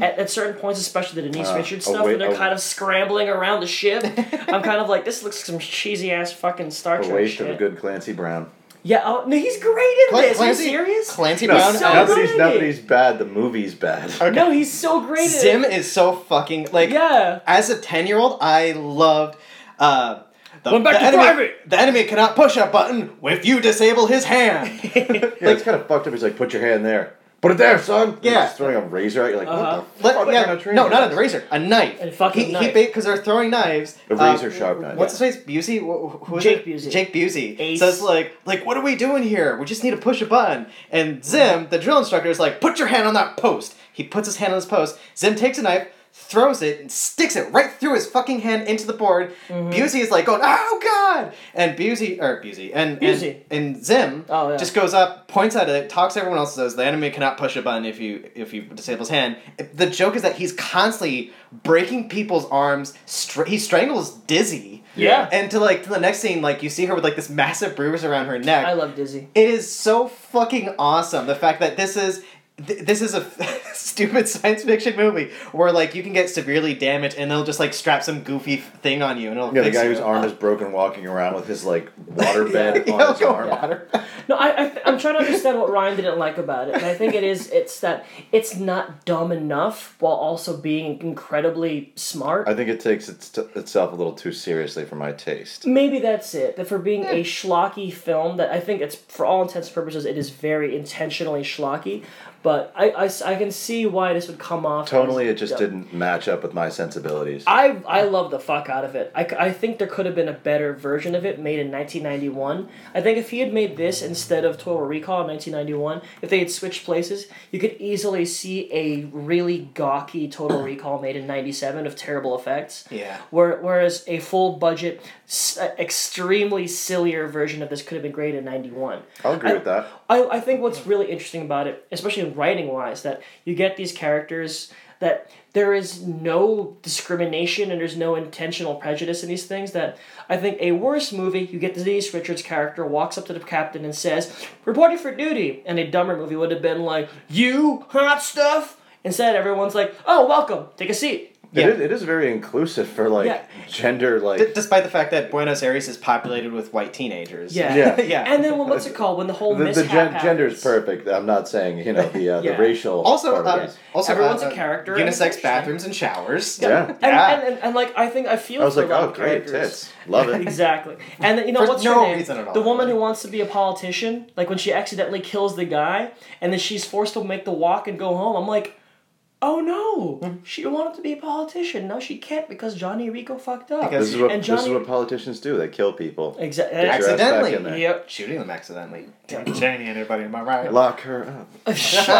Speaker 2: at, at certain points especially the denise
Speaker 3: Uh,
Speaker 2: richards
Speaker 3: oh,
Speaker 2: stuff
Speaker 3: wait,
Speaker 2: where they're
Speaker 3: oh.
Speaker 2: kind of scrambling around the ship i'm kind of like this looks like some cheesy ass fucking star
Speaker 3: A
Speaker 2: trek
Speaker 3: waste
Speaker 2: shit.
Speaker 3: of a good Clancy Brown.
Speaker 2: yeah oh, no he's great in
Speaker 1: Clan-
Speaker 2: this are you serious
Speaker 1: Clancy
Speaker 3: No,
Speaker 1: Brown. uh,
Speaker 2: so
Speaker 3: now,
Speaker 1: as-
Speaker 3: that he's, now that
Speaker 2: good.
Speaker 3: he's bad, the movie's bad.
Speaker 2: No, he's so great. at
Speaker 1: Zim
Speaker 2: it.
Speaker 1: is so fucking like.
Speaker 2: Yeah.
Speaker 1: As a ten year old, I loved. Uh, the,
Speaker 2: Went back
Speaker 1: the
Speaker 2: to
Speaker 1: enemy,
Speaker 2: private.
Speaker 1: The enemy cannot push a button if you disable his hand.
Speaker 3: Yeah, it's kind of fucked up. He's like, put your hand there. Put it there, son. And
Speaker 1: Yeah.
Speaker 3: he's just throwing a razor at you. Like,
Speaker 2: Uh-huh.
Speaker 3: what the
Speaker 1: Let-
Speaker 3: fuck
Speaker 1: yeah,
Speaker 3: kind of training
Speaker 1: no,
Speaker 3: is
Speaker 1: not an
Speaker 3: this?
Speaker 1: eraser, a knife.
Speaker 2: A fucking
Speaker 1: he,
Speaker 2: knife.
Speaker 1: because they're throwing knives.
Speaker 3: A
Speaker 1: Um,
Speaker 3: razor sharp knife.
Speaker 1: What's his face? Busey? Wh- wh- Who is
Speaker 2: Jake
Speaker 1: it?
Speaker 2: Busey.
Speaker 1: Jake Busey.
Speaker 2: Ace.
Speaker 1: Says like, like, what are we doing here? We just need to push a button. And Zim, the drill instructor, is like, put your hand on that post. He puts his hand on his post. Zim takes a knife, throws it, and sticks it right through his fucking hand into the board.
Speaker 2: Mm-hmm.
Speaker 1: Busey is like going, oh god! And Busey, or Busey, and
Speaker 2: Busey.
Speaker 1: and, and Zim
Speaker 2: Oh, yeah.
Speaker 1: just goes up, points at it, talks to everyone else, says the enemy cannot push a button if you if you disable his hand. The joke is that he's constantly breaking people's arms. Stra- he strangles Dizzy.
Speaker 2: Yeah.
Speaker 1: And to like to the next scene, like you see her with like this massive bruise around her neck.
Speaker 2: I love Dizzy.
Speaker 1: it is so fucking awesome. The fact that this is. th- This is a stupid science fiction movie where like you can get severely damaged and they'll just like strap some goofy thing on you and it'll
Speaker 3: Yeah, the
Speaker 1: fix
Speaker 3: guy
Speaker 1: you.
Speaker 3: whose arm is broken walking around with his, like, water bed
Speaker 1: uh, Yeah,
Speaker 3: on his
Speaker 1: go
Speaker 3: arm.
Speaker 1: water.
Speaker 2: No, I, I I'm trying to understand what Ryan didn't like about it, and I think it is it's that it's not dumb enough while also being incredibly smart.
Speaker 3: I think it takes its itself a little too seriously for my taste.
Speaker 2: Maybe that's it. That for being a schlocky film, that I think it's for all intents and purposes, it is very intentionally schlocky. But I, I s- I can see why this would come off. as
Speaker 3: Tonally, it just
Speaker 2: dumb.
Speaker 3: didn't match up with my sensibilities.
Speaker 2: I I love the fuck out of it. I, c- I think there could have been a better version of it made in 1991. I think if he had made this instead of Total Recall in 1991, if they had switched places, you could easily see a really gawky Total Recall made in 97 of terrible effects.
Speaker 1: Yeah.
Speaker 2: Where, whereas a full budget, s- uh, extremely sillier version of this could have been great in 91.
Speaker 3: I'll agree with that.
Speaker 2: I, I think what's really interesting about it, especially in writing wise, that you get these characters that there is no discrimination and there's no intentional prejudice in these things. That I think a worse movie, you get Denise Richards' character walks up to the captain and says, "Reporting for duty," and a dumber movie would have been like, "You hot stuff." Instead, everyone's like, "Oh, welcome, take a seat."
Speaker 1: Yeah.
Speaker 3: It, is, it is very inclusive for, like,
Speaker 2: Yeah.
Speaker 3: gender, like...
Speaker 1: D- despite the fact that Buenos Aires is populated with white teenagers.
Speaker 2: Yeah.
Speaker 3: Yeah.
Speaker 1: yeah.
Speaker 2: And then when, what's it called? When the whole
Speaker 3: the, the
Speaker 2: mishap
Speaker 3: gen- gender
Speaker 2: happens.
Speaker 3: is perfect. I'm not saying you know the uh,
Speaker 2: Yeah.
Speaker 3: the racial.
Speaker 1: also,
Speaker 3: part of it
Speaker 1: uh,
Speaker 3: is.
Speaker 1: also
Speaker 2: Everyone's
Speaker 1: uh,
Speaker 2: a character,
Speaker 1: uh,
Speaker 2: everyone's
Speaker 1: Unisex
Speaker 2: interesting.
Speaker 1: bathrooms and showers.
Speaker 3: Yeah.
Speaker 2: And,
Speaker 1: Yeah.
Speaker 2: and, and, and like I think I feel
Speaker 3: I was
Speaker 2: for
Speaker 3: like,
Speaker 2: a lot
Speaker 3: oh,
Speaker 2: of
Speaker 3: great
Speaker 2: characters.
Speaker 3: tits, love it.
Speaker 2: Exactly. And then, you know
Speaker 1: For
Speaker 2: what's
Speaker 1: no
Speaker 2: her name?
Speaker 1: reason at all.
Speaker 2: The woman who wants to be a politician, like when she accidentally kills the guy and then she's forced to make the walk and go home. I'm like, "Oh
Speaker 1: Hmm.
Speaker 2: no. She wanted to be a politician. Now she can't because Johnny Rico fucked up."
Speaker 1: Because-
Speaker 3: This is what
Speaker 2: And
Speaker 3: this
Speaker 2: Johnny-
Speaker 3: is what politicians do. They kill people.
Speaker 2: exactly.
Speaker 3: Your ass back
Speaker 1: Accidentally.
Speaker 3: in there.
Speaker 2: Yep.
Speaker 1: Shooting them accidentally. Damn Janie and everybody, am I right?
Speaker 3: Lock her up.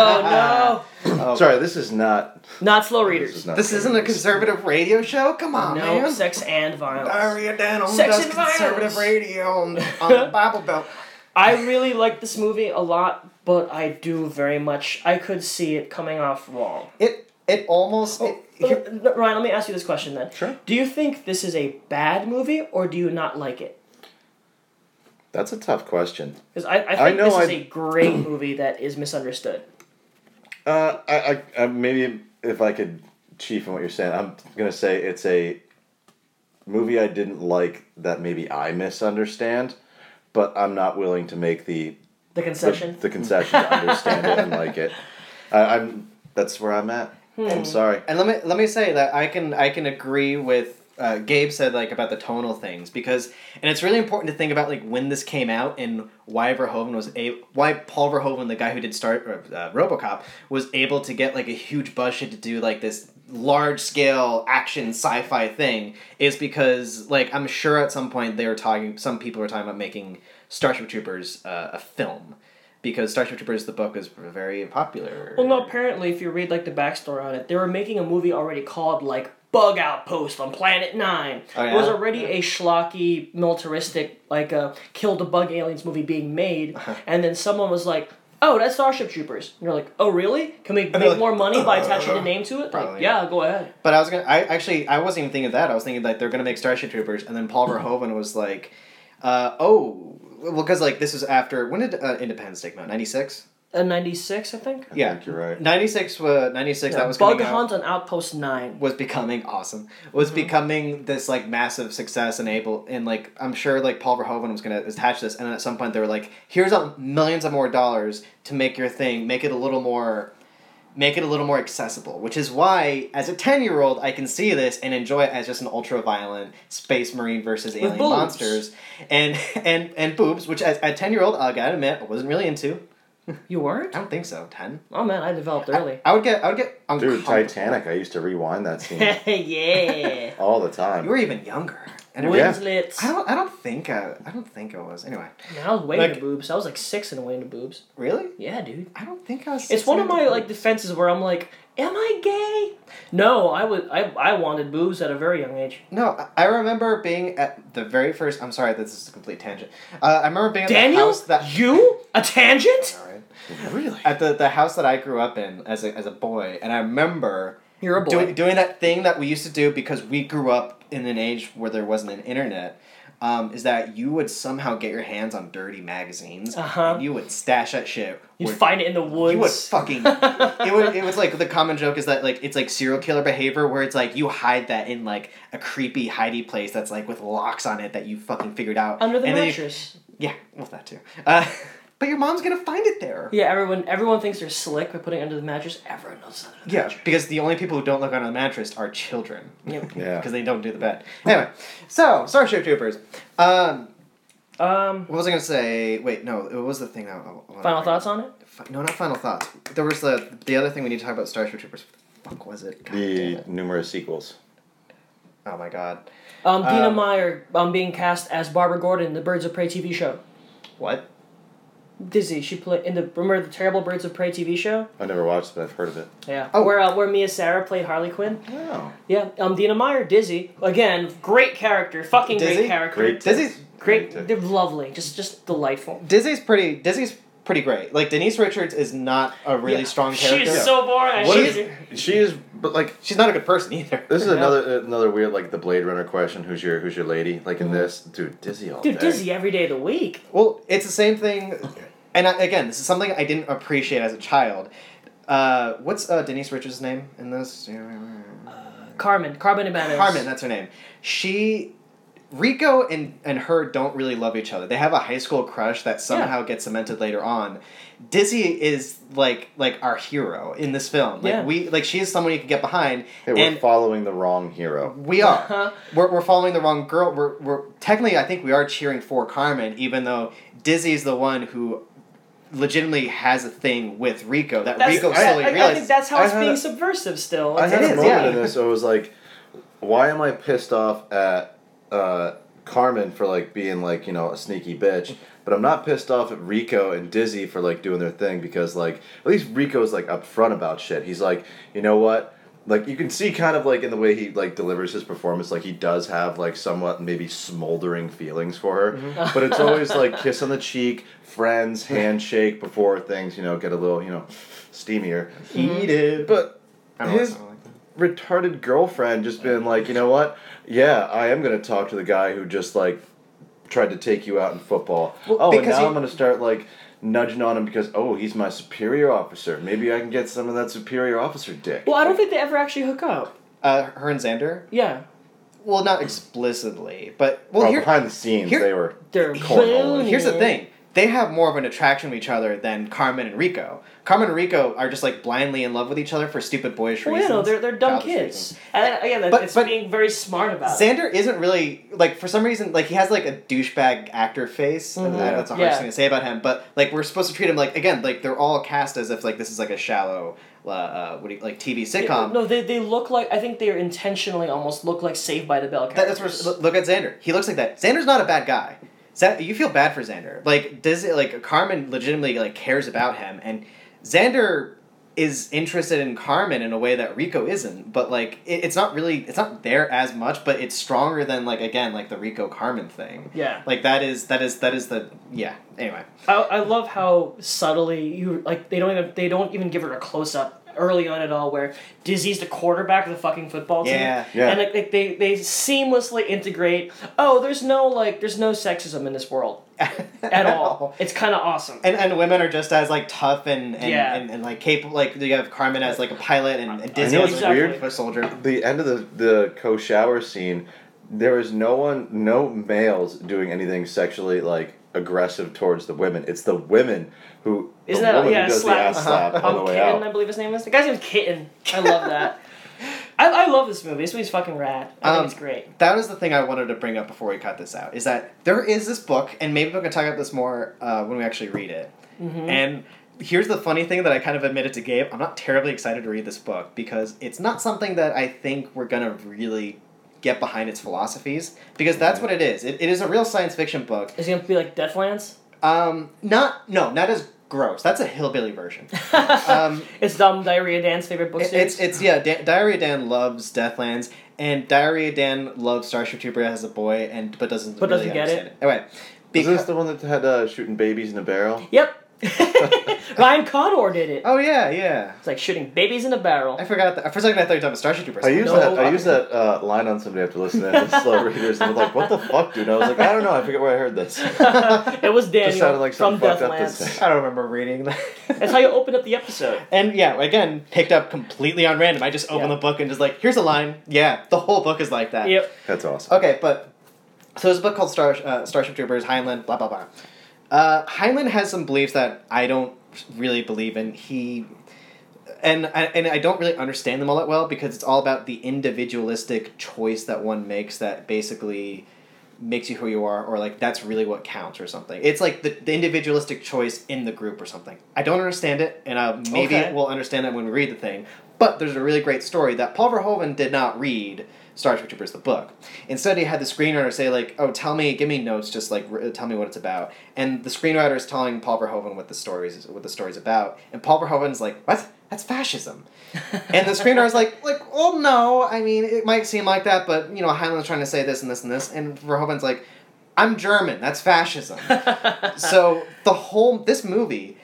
Speaker 2: oh
Speaker 3: Sorry, this is not.
Speaker 2: no. Not slow
Speaker 3: This is
Speaker 2: readers.
Speaker 3: not.
Speaker 1: This isn't a conservative radio show? Come on,
Speaker 2: No
Speaker 1: man.
Speaker 2: sex and violence.
Speaker 1: Daria Denham
Speaker 2: Sex
Speaker 1: does
Speaker 2: and
Speaker 1: conservative
Speaker 2: violence.
Speaker 1: radio on, on the Bible Belt.
Speaker 2: I really like this movie a lot, but I do very much I could see it coming off wrong.
Speaker 1: It it almost it-
Speaker 2: L- l- Ryan, let me ask you this question then.
Speaker 3: Sure.
Speaker 2: Do you think this is a bad movie or do you not like it?
Speaker 3: That's a tough question.
Speaker 2: Because I, I think
Speaker 3: I know
Speaker 2: this is
Speaker 3: I-
Speaker 2: a great movie that is misunderstood.
Speaker 3: Uh, I, I, I maybe if I could chief on what you're saying, I'm gonna say it's a movie I didn't like that maybe I misunderstand, but I'm not willing to make the
Speaker 2: The
Speaker 3: the,
Speaker 2: concession.
Speaker 3: the concession to understand it and like it. I, I'm that's where I'm at. I'm sorry.
Speaker 1: And let me let me say that I can I can agree with uh, Gabe said like about the tonal things because and it's really important to think about like when this came out and why Verhoeven was a why Paul Verhoeven the guy who did start uh, RoboCop was able to get like a huge budget to do like this large scale action sci-fi thing is because like I'm sure at some point they were talking some people were talking about making Starship Troopers uh, a film because Starship Troopers the book is very popular.
Speaker 2: Well, no, apparently, if you read like the backstory on it, they were making a movie already called like Bug Outpost on Planet Nine.
Speaker 1: Oh,
Speaker 2: It was
Speaker 1: yeah?
Speaker 2: already a schlocky, militaristic, like a kill the bug aliens movie being made, and then someone was like. Oh, that's Starship Troopers. And you're like, oh, really? Can we make
Speaker 1: they're like,
Speaker 2: more money by attaching the name to it? Like,
Speaker 1: Probably.
Speaker 2: yeah, go ahead.
Speaker 1: But I was gonna. I actually I wasn't even thinking of that. I was thinking like they're gonna make Starship Troopers, and then Paul
Speaker 3: Mm-hmm.
Speaker 1: Verhoeven was like, uh, "Oh, well, because like this was after when did uh, Independence Day come out? Ninety six.
Speaker 2: Uh, 96, I think.
Speaker 3: I
Speaker 1: Yeah.
Speaker 3: think you're right.
Speaker 1: Ninety six. Uh, Ninety six. that was
Speaker 2: Bug
Speaker 1: coming out-
Speaker 2: Hunt on Outpost 9.
Speaker 1: was becoming awesome. Was becoming this like massive success and able and like I'm sure like Paul Verhoeven was gonna attach this and at some point they were like, here's a millions of more dollars to make your thing, make it a little more make it a little more accessible, which is why as a ten year old I can see this and enjoy it as just an ultra violent space marine versus alien
Speaker 2: boobs.
Speaker 1: monsters. And and and boobs, which as a ten year old I gotta admit I wasn't really into.
Speaker 2: You weren't?
Speaker 1: I don't think so, ten.
Speaker 2: Oh, man, I developed early.
Speaker 1: I would get I would get
Speaker 3: Dude,
Speaker 1: uncomfortable.
Speaker 3: Titanic. I used to rewind that scene
Speaker 2: yeah.
Speaker 3: all the time.
Speaker 1: You were even younger. And it was-
Speaker 2: Winslets.
Speaker 1: I don't. I don't think. I, I don't think I was. Anyway,
Speaker 2: Man, I was way into
Speaker 1: Like-
Speaker 2: boobs. I was like six and way into boobs.
Speaker 1: really?
Speaker 2: Yeah, dude.
Speaker 1: I don't think I was.
Speaker 2: It's one of my like defenses where I'm like, am I gay? No, I would. I I wanted boobs at a very young age.
Speaker 1: No, I- I remember being at the very first. I'm sorry, this is a complete tangent. Uh, I remember being at the
Speaker 2: Daniel,
Speaker 1: house that
Speaker 2: you a tangent?
Speaker 1: All right.
Speaker 3: really?
Speaker 1: at the the house that I grew up in as a as a boy, and I remember
Speaker 2: You're a boy.
Speaker 1: doing doing that thing that we used to do because we grew up in an age where there wasn't an internet. Um, is that you would somehow get your hands on dirty magazines
Speaker 2: Uh-huh.
Speaker 1: and you would stash that shit
Speaker 2: You'd
Speaker 1: where-
Speaker 2: find it in the woods.
Speaker 1: You would fucking. it, would, it was like the common joke is that like it's like serial killer behavior where it's like you hide that in like a creepy hidey place that's like with locks on it that you fucking figured out
Speaker 2: under the
Speaker 1: And then you-
Speaker 2: mattress.
Speaker 1: yeah, well that too. Uh, but your mom's gonna find it there.
Speaker 2: Yeah, everyone everyone thinks they're slick by putting it under the mattress. Everyone knows it's under the
Speaker 1: Yeah,
Speaker 2: mattress.
Speaker 1: because the only people who don't look under the mattress are children.
Speaker 2: Yep.
Speaker 3: Yeah.
Speaker 1: Because they don't do the bed. Anyway, so Starship Troopers. Um,
Speaker 2: Um,
Speaker 1: what was I gonna say? Wait, no, what was the thing that?
Speaker 2: final thoughts on it?
Speaker 1: Fi- No, not final thoughts. There was the the other thing we need to talk about Starship Troopers. What the fuck was it? God damn
Speaker 3: The
Speaker 1: it.
Speaker 3: numerous sequels.
Speaker 1: Oh my god.
Speaker 2: Um, Dina
Speaker 1: Um,
Speaker 2: Meyer um, being cast as Barbara Gordon in the Birds of Prey TV show.
Speaker 1: What?
Speaker 2: Dizzy, she played in the remember the terrible Birds of Prey TV show.
Speaker 3: I've never watched, it, but I've heard of it.
Speaker 2: Yeah.
Speaker 1: Oh.
Speaker 2: Where uh, where Mia Sarah played Harley Quinn.
Speaker 3: Oh.
Speaker 2: Yeah. Um, Dina Meyer, Dizzy again, great character, fucking great
Speaker 1: Dizzy?
Speaker 2: character.
Speaker 3: Great.
Speaker 1: Dizzy's
Speaker 2: Great,
Speaker 3: Great.
Speaker 2: they're lovely, just just delightful.
Speaker 1: Dizzy's pretty Dizzy's pretty great. Like Denise Richards is not a really
Speaker 2: Yeah.
Speaker 1: strong
Speaker 2: She
Speaker 1: character.
Speaker 2: is so boring. I
Speaker 3: What
Speaker 2: hate
Speaker 3: is?
Speaker 2: her.
Speaker 3: She is, but like
Speaker 1: She's not a good person either.
Speaker 3: This is
Speaker 2: Yeah.
Speaker 3: another another weird like the Blade Runner question. Who's your Who's your lady? Like in this, dude, dizzy all
Speaker 2: Mm-hmm. Dude,
Speaker 3: day.
Speaker 2: Dizzy every day of the week.
Speaker 1: Well, it's the same thing, and I, again, this is something I didn't appreciate as a child. Uh, what's uh, Denise Richards' name in this?
Speaker 2: Carmen, Carmen Ibanez.
Speaker 1: Carmen, that's her name. She, Rico, and and her don't really love each other. They have a high school crush that somehow gets cemented later on. Dizzy is like like our hero in this film. Like
Speaker 2: Yeah.
Speaker 1: we like she is someone you can get behind.
Speaker 3: Hey, we're
Speaker 1: and
Speaker 3: following the wrong hero.
Speaker 1: We are.
Speaker 2: Uh-huh.
Speaker 1: We're, we're following the wrong girl. We're, we're technically, I think we are cheering for Carmen, even though Dizzy's the one who legitimately has a thing with Rico that
Speaker 2: That's,
Speaker 1: Rico
Speaker 2: I,
Speaker 1: slowly
Speaker 2: I- I think
Speaker 1: realizes.
Speaker 2: that's how
Speaker 3: I
Speaker 2: it's
Speaker 3: had
Speaker 2: being
Speaker 3: a-
Speaker 2: subversive still.
Speaker 3: I had a
Speaker 1: is,
Speaker 3: moment
Speaker 1: yeah.
Speaker 3: in this. I was like, why am I pissed off at uh, Carmen for like being like you know a sneaky bitch? But I'm not pissed off at Rico and Dizzy for like doing their thing because like at least Rico's like upfront about shit. He's like, you know what? Like you can see kind of like in the way he like delivers his performance, like he does have like somewhat maybe smoldering feelings for her. But it's always like kiss on the cheek, friends, handshake before things, you know, get a little, you know, steamier.
Speaker 1: Eat it.
Speaker 3: But
Speaker 1: I don't know why it
Speaker 3: his
Speaker 1: sounded like that.
Speaker 3: retarded girlfriend just being like, you know what? Yeah, I am gonna talk to the guy who just like tried to take you out in football.
Speaker 1: Well,
Speaker 3: oh, and
Speaker 1: because
Speaker 3: now
Speaker 1: you-
Speaker 3: I'm going to start like nudging on him because oh, he's my superior officer. Maybe I can get some of that superior officer dick.
Speaker 2: Well, I don't think they ever actually hook up.
Speaker 1: Uh, her and Xander.
Speaker 2: Yeah.
Speaker 1: Well, not explicitly, but
Speaker 3: Well,
Speaker 1: well, here,
Speaker 3: Oh, behind the scenes,
Speaker 1: here-
Speaker 3: they were.
Speaker 2: They're
Speaker 3: Cornhole.
Speaker 1: here's the thing. They have more of an attraction to each other than Carmen and Rico. Carmen and Rico are just like blindly in love with each other for stupid boyish
Speaker 2: Well, you
Speaker 1: reasons.
Speaker 2: know, they're, they're dumb
Speaker 1: childish
Speaker 2: kids.
Speaker 1: reasons.
Speaker 2: And then, again,
Speaker 1: But-
Speaker 2: it's
Speaker 1: but-
Speaker 2: being very smart about it.
Speaker 1: Xander isn't really like for some reason like he has like a douchebag actor face. and that- That's a harsh
Speaker 2: Mm-hmm. Yeah.
Speaker 1: thing to say about him, but like we're supposed to treat him like again like they're all cast as if like this is like a shallow uh, uh what do you, like TV sitcom.
Speaker 2: No, they, they look like, I think they're intentionally almost look like Saved by the Bell
Speaker 1: That-
Speaker 2: characters.
Speaker 1: that's where look- look at Xander. He looks like that. Xander's not a bad guy. Xan- you feel bad for Xander. Like does it like Carmen legitimately like cares about him and Xander is interested in Carmen in a way that Rico isn't, but like it, it's not really it's not there as much, but it's stronger than like again like the Rico Carmen thing.
Speaker 2: Yeah.
Speaker 1: Like that is that is that is the yeah. Anyway.
Speaker 2: I, I love how subtly you like they don't even they don't even give her a close up early on at all where Dizzy's the quarterback of the fucking football team.
Speaker 1: Yeah.
Speaker 3: Yeah.
Speaker 2: And like they, they they seamlessly integrate oh there's no like there's no sexism in this world at all. It's kinda awesome.
Speaker 1: And, and women are just as like tough and and,
Speaker 2: Yeah.
Speaker 1: and, and like capable like you have Carmen as like a pilot and, and Disney
Speaker 3: know
Speaker 1: as
Speaker 3: what's
Speaker 1: like,
Speaker 2: weird?
Speaker 1: a soldier.
Speaker 3: the end of the the co shower scene, there is no one, no males doing anything sexually like aggressive towards the women. It's the women who
Speaker 2: Isn't
Speaker 3: the
Speaker 2: that
Speaker 3: woman
Speaker 2: yeah,
Speaker 3: who does
Speaker 2: slap,
Speaker 3: the ass slap
Speaker 2: Um,
Speaker 3: on the way
Speaker 2: Kitten, I
Speaker 3: out.
Speaker 2: believe his name is. The guy's name's Kitten. I love that. I, I love this movie. This movie's fucking rad. I
Speaker 1: Um,
Speaker 2: think it's great.
Speaker 1: That was the thing I wanted to bring up before we cut this out is that there is this book, and maybe we can talk about this more uh, when we actually read it. And here's the funny thing that I kind of admitted to Gabe I'm not terribly excited to read this book because it's not something that I think we're going to really get behind its philosophies because that's what it is. It, it is a real science fiction book.
Speaker 2: Is it gonna be like Deathlands?
Speaker 1: Um, not, no, not as gross. That's a hillbilly version. Um,
Speaker 2: it's dumb diarrhea Dan's favorite book
Speaker 1: It-
Speaker 2: series.
Speaker 1: It's it's yeah. Dan, Diarrhea Dan loves Deathlands, and Diarrhea Dan loves Starship Trooper as a boy, and but doesn't
Speaker 2: But doesn't
Speaker 1: really
Speaker 2: get it.
Speaker 1: understand it. Anyway,
Speaker 3: Is this
Speaker 1: because,
Speaker 3: the one that had uh, shooting babies in a barrel?
Speaker 2: Yep. Ryan Condor did it.
Speaker 1: oh yeah, yeah.
Speaker 2: It's like shooting babies in a barrel.
Speaker 1: I forgot that. For a second, I thought you were talking about Starship Troopers.
Speaker 3: I use
Speaker 2: No,
Speaker 3: that. I
Speaker 2: I-
Speaker 3: use that uh, line on somebody after listening to the slow readers, and they're like, "What the fuck, dude?" And I was like, "I don't know. I forget where I heard this."
Speaker 2: it was
Speaker 3: Just
Speaker 2: Daniel
Speaker 3: sounded like
Speaker 2: from
Speaker 3: some fucked up to
Speaker 2: Deathlands.
Speaker 3: say.
Speaker 1: I don't remember reading that.
Speaker 2: That's how you opened up the episode.
Speaker 1: and yeah, again, picked up completely on random. I just opened
Speaker 2: Yeah.
Speaker 1: the book and just like, here's a line. Yeah, the whole book is like that.
Speaker 2: Yep.
Speaker 3: That's awesome.
Speaker 1: Okay, but so there's a book called Star, uh, Starship Troopers, Heinlein, blah blah blah. Uh, Heinlein has some beliefs that I don't really believe in. He and I, and I don't really understand them all that well because it's all about the individualistic choice that one makes that basically makes you who you are or like that's really what counts or something. It's like the, the individualistic choice in the group or something. I don't understand it and uh, maybe
Speaker 2: Okay.
Speaker 1: we'll understand that when we read the thing. But there's a really great story that Paul Verhoeven did not read Starship Troopers the book. Instead, he had the screenwriter say like, "Oh, tell me, give me notes, just like r- tell me what it's about." And the screenwriter is telling Paul Verhoeven what the stories what the story's about, and Paul Verhoeven's like, "What? That's fascism." and the screenwriter's like, like, well, no, I mean, it might seem like that, but you know, Heinlein's trying to say this and this and this, and Verhoeven's like, I'm German. That's fascism. so the whole this movie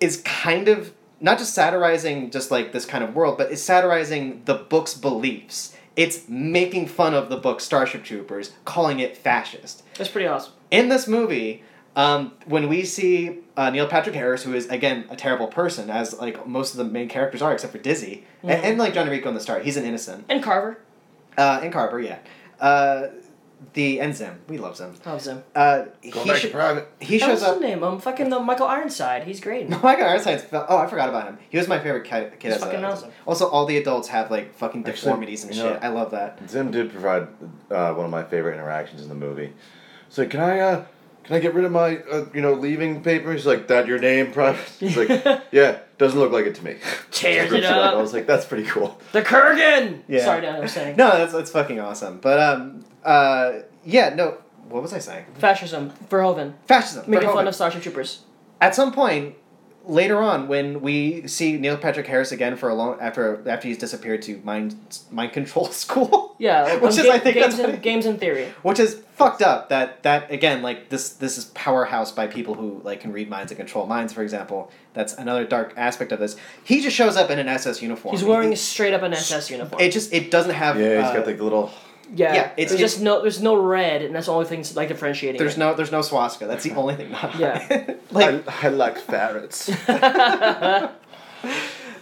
Speaker 1: is kind of not just satirizing just like this kind of world, but it's satirizing the book's beliefs. It's making fun of the book Starship Troopers, calling it fascist
Speaker 2: That's pretty awesome.
Speaker 1: in this movie um, when we see uh, neil patrick harris who is again a terrible person as like most of the main characters are except for dizzy a-
Speaker 2: Mm-hmm.
Speaker 1: and, like johnny rico in the start he's an innocent
Speaker 2: And Carver.
Speaker 1: uh, and carver yeah uh, the and zim we love zim
Speaker 2: Loves him.
Speaker 1: uh, he,
Speaker 3: Go back
Speaker 1: sho-
Speaker 3: to private.
Speaker 1: he
Speaker 2: That
Speaker 1: shows
Speaker 2: was
Speaker 1: up
Speaker 2: his name. Um, fucking the Michael Ironside. He's great.
Speaker 1: Michael Ironside's fel- oh I forgot about him. He was my favorite kid. kid
Speaker 2: He's
Speaker 1: as a-
Speaker 2: fucking awesome.
Speaker 1: Also, all the adults have like fucking
Speaker 3: Actually,
Speaker 1: deformities and
Speaker 3: you know-
Speaker 1: shit. I love that.
Speaker 3: Zim did provide uh, one of my favorite interactions in the movie. He's like, "Can I, uh, can I get rid of my, uh, you know, leaving paper?" He's like, "That your name, private?" He's like, "Yeah, doesn't look like it to me."
Speaker 2: Tears
Speaker 3: Rips
Speaker 2: it up.
Speaker 3: I was like, "That's pretty cool."
Speaker 2: The Kurgan!
Speaker 1: Yeah.
Speaker 2: Sorry, Dan, I was saying.
Speaker 1: No, that's that's fucking awesome. But um uh yeah no what was I saying?
Speaker 2: Fascism. Verhoeven.
Speaker 1: Fascism.
Speaker 2: Making
Speaker 1: Verhoeven.
Speaker 2: fun of Starship Troopers.
Speaker 1: at some point later on when we see Neil Patrick Harris again for a long after after he's disappeared to mind mind control school.
Speaker 2: Yeah.
Speaker 1: Which
Speaker 2: um,
Speaker 1: is,
Speaker 2: ga-
Speaker 1: I think,
Speaker 2: games
Speaker 1: that's
Speaker 2: in, games in theory.
Speaker 1: Which is fucked up that that again like this this is powerhouse by people who like can read minds and control minds for example. That's another dark aspect of this. He just shows up in an SS uniform.
Speaker 2: He's wearing
Speaker 1: It,
Speaker 2: straight up an SS uniform.
Speaker 1: it just it doesn't have
Speaker 3: Yeah,
Speaker 1: uh,
Speaker 3: he's got like the little
Speaker 2: Yeah,
Speaker 1: Yeah, it's-
Speaker 2: there's just no there's no red, and that's the only thing that's, like differentiating.
Speaker 1: There's
Speaker 2: it.
Speaker 1: no there's no swastika. That's the only thing not on
Speaker 2: Yeah.
Speaker 1: it. like
Speaker 3: I, I like ferrets.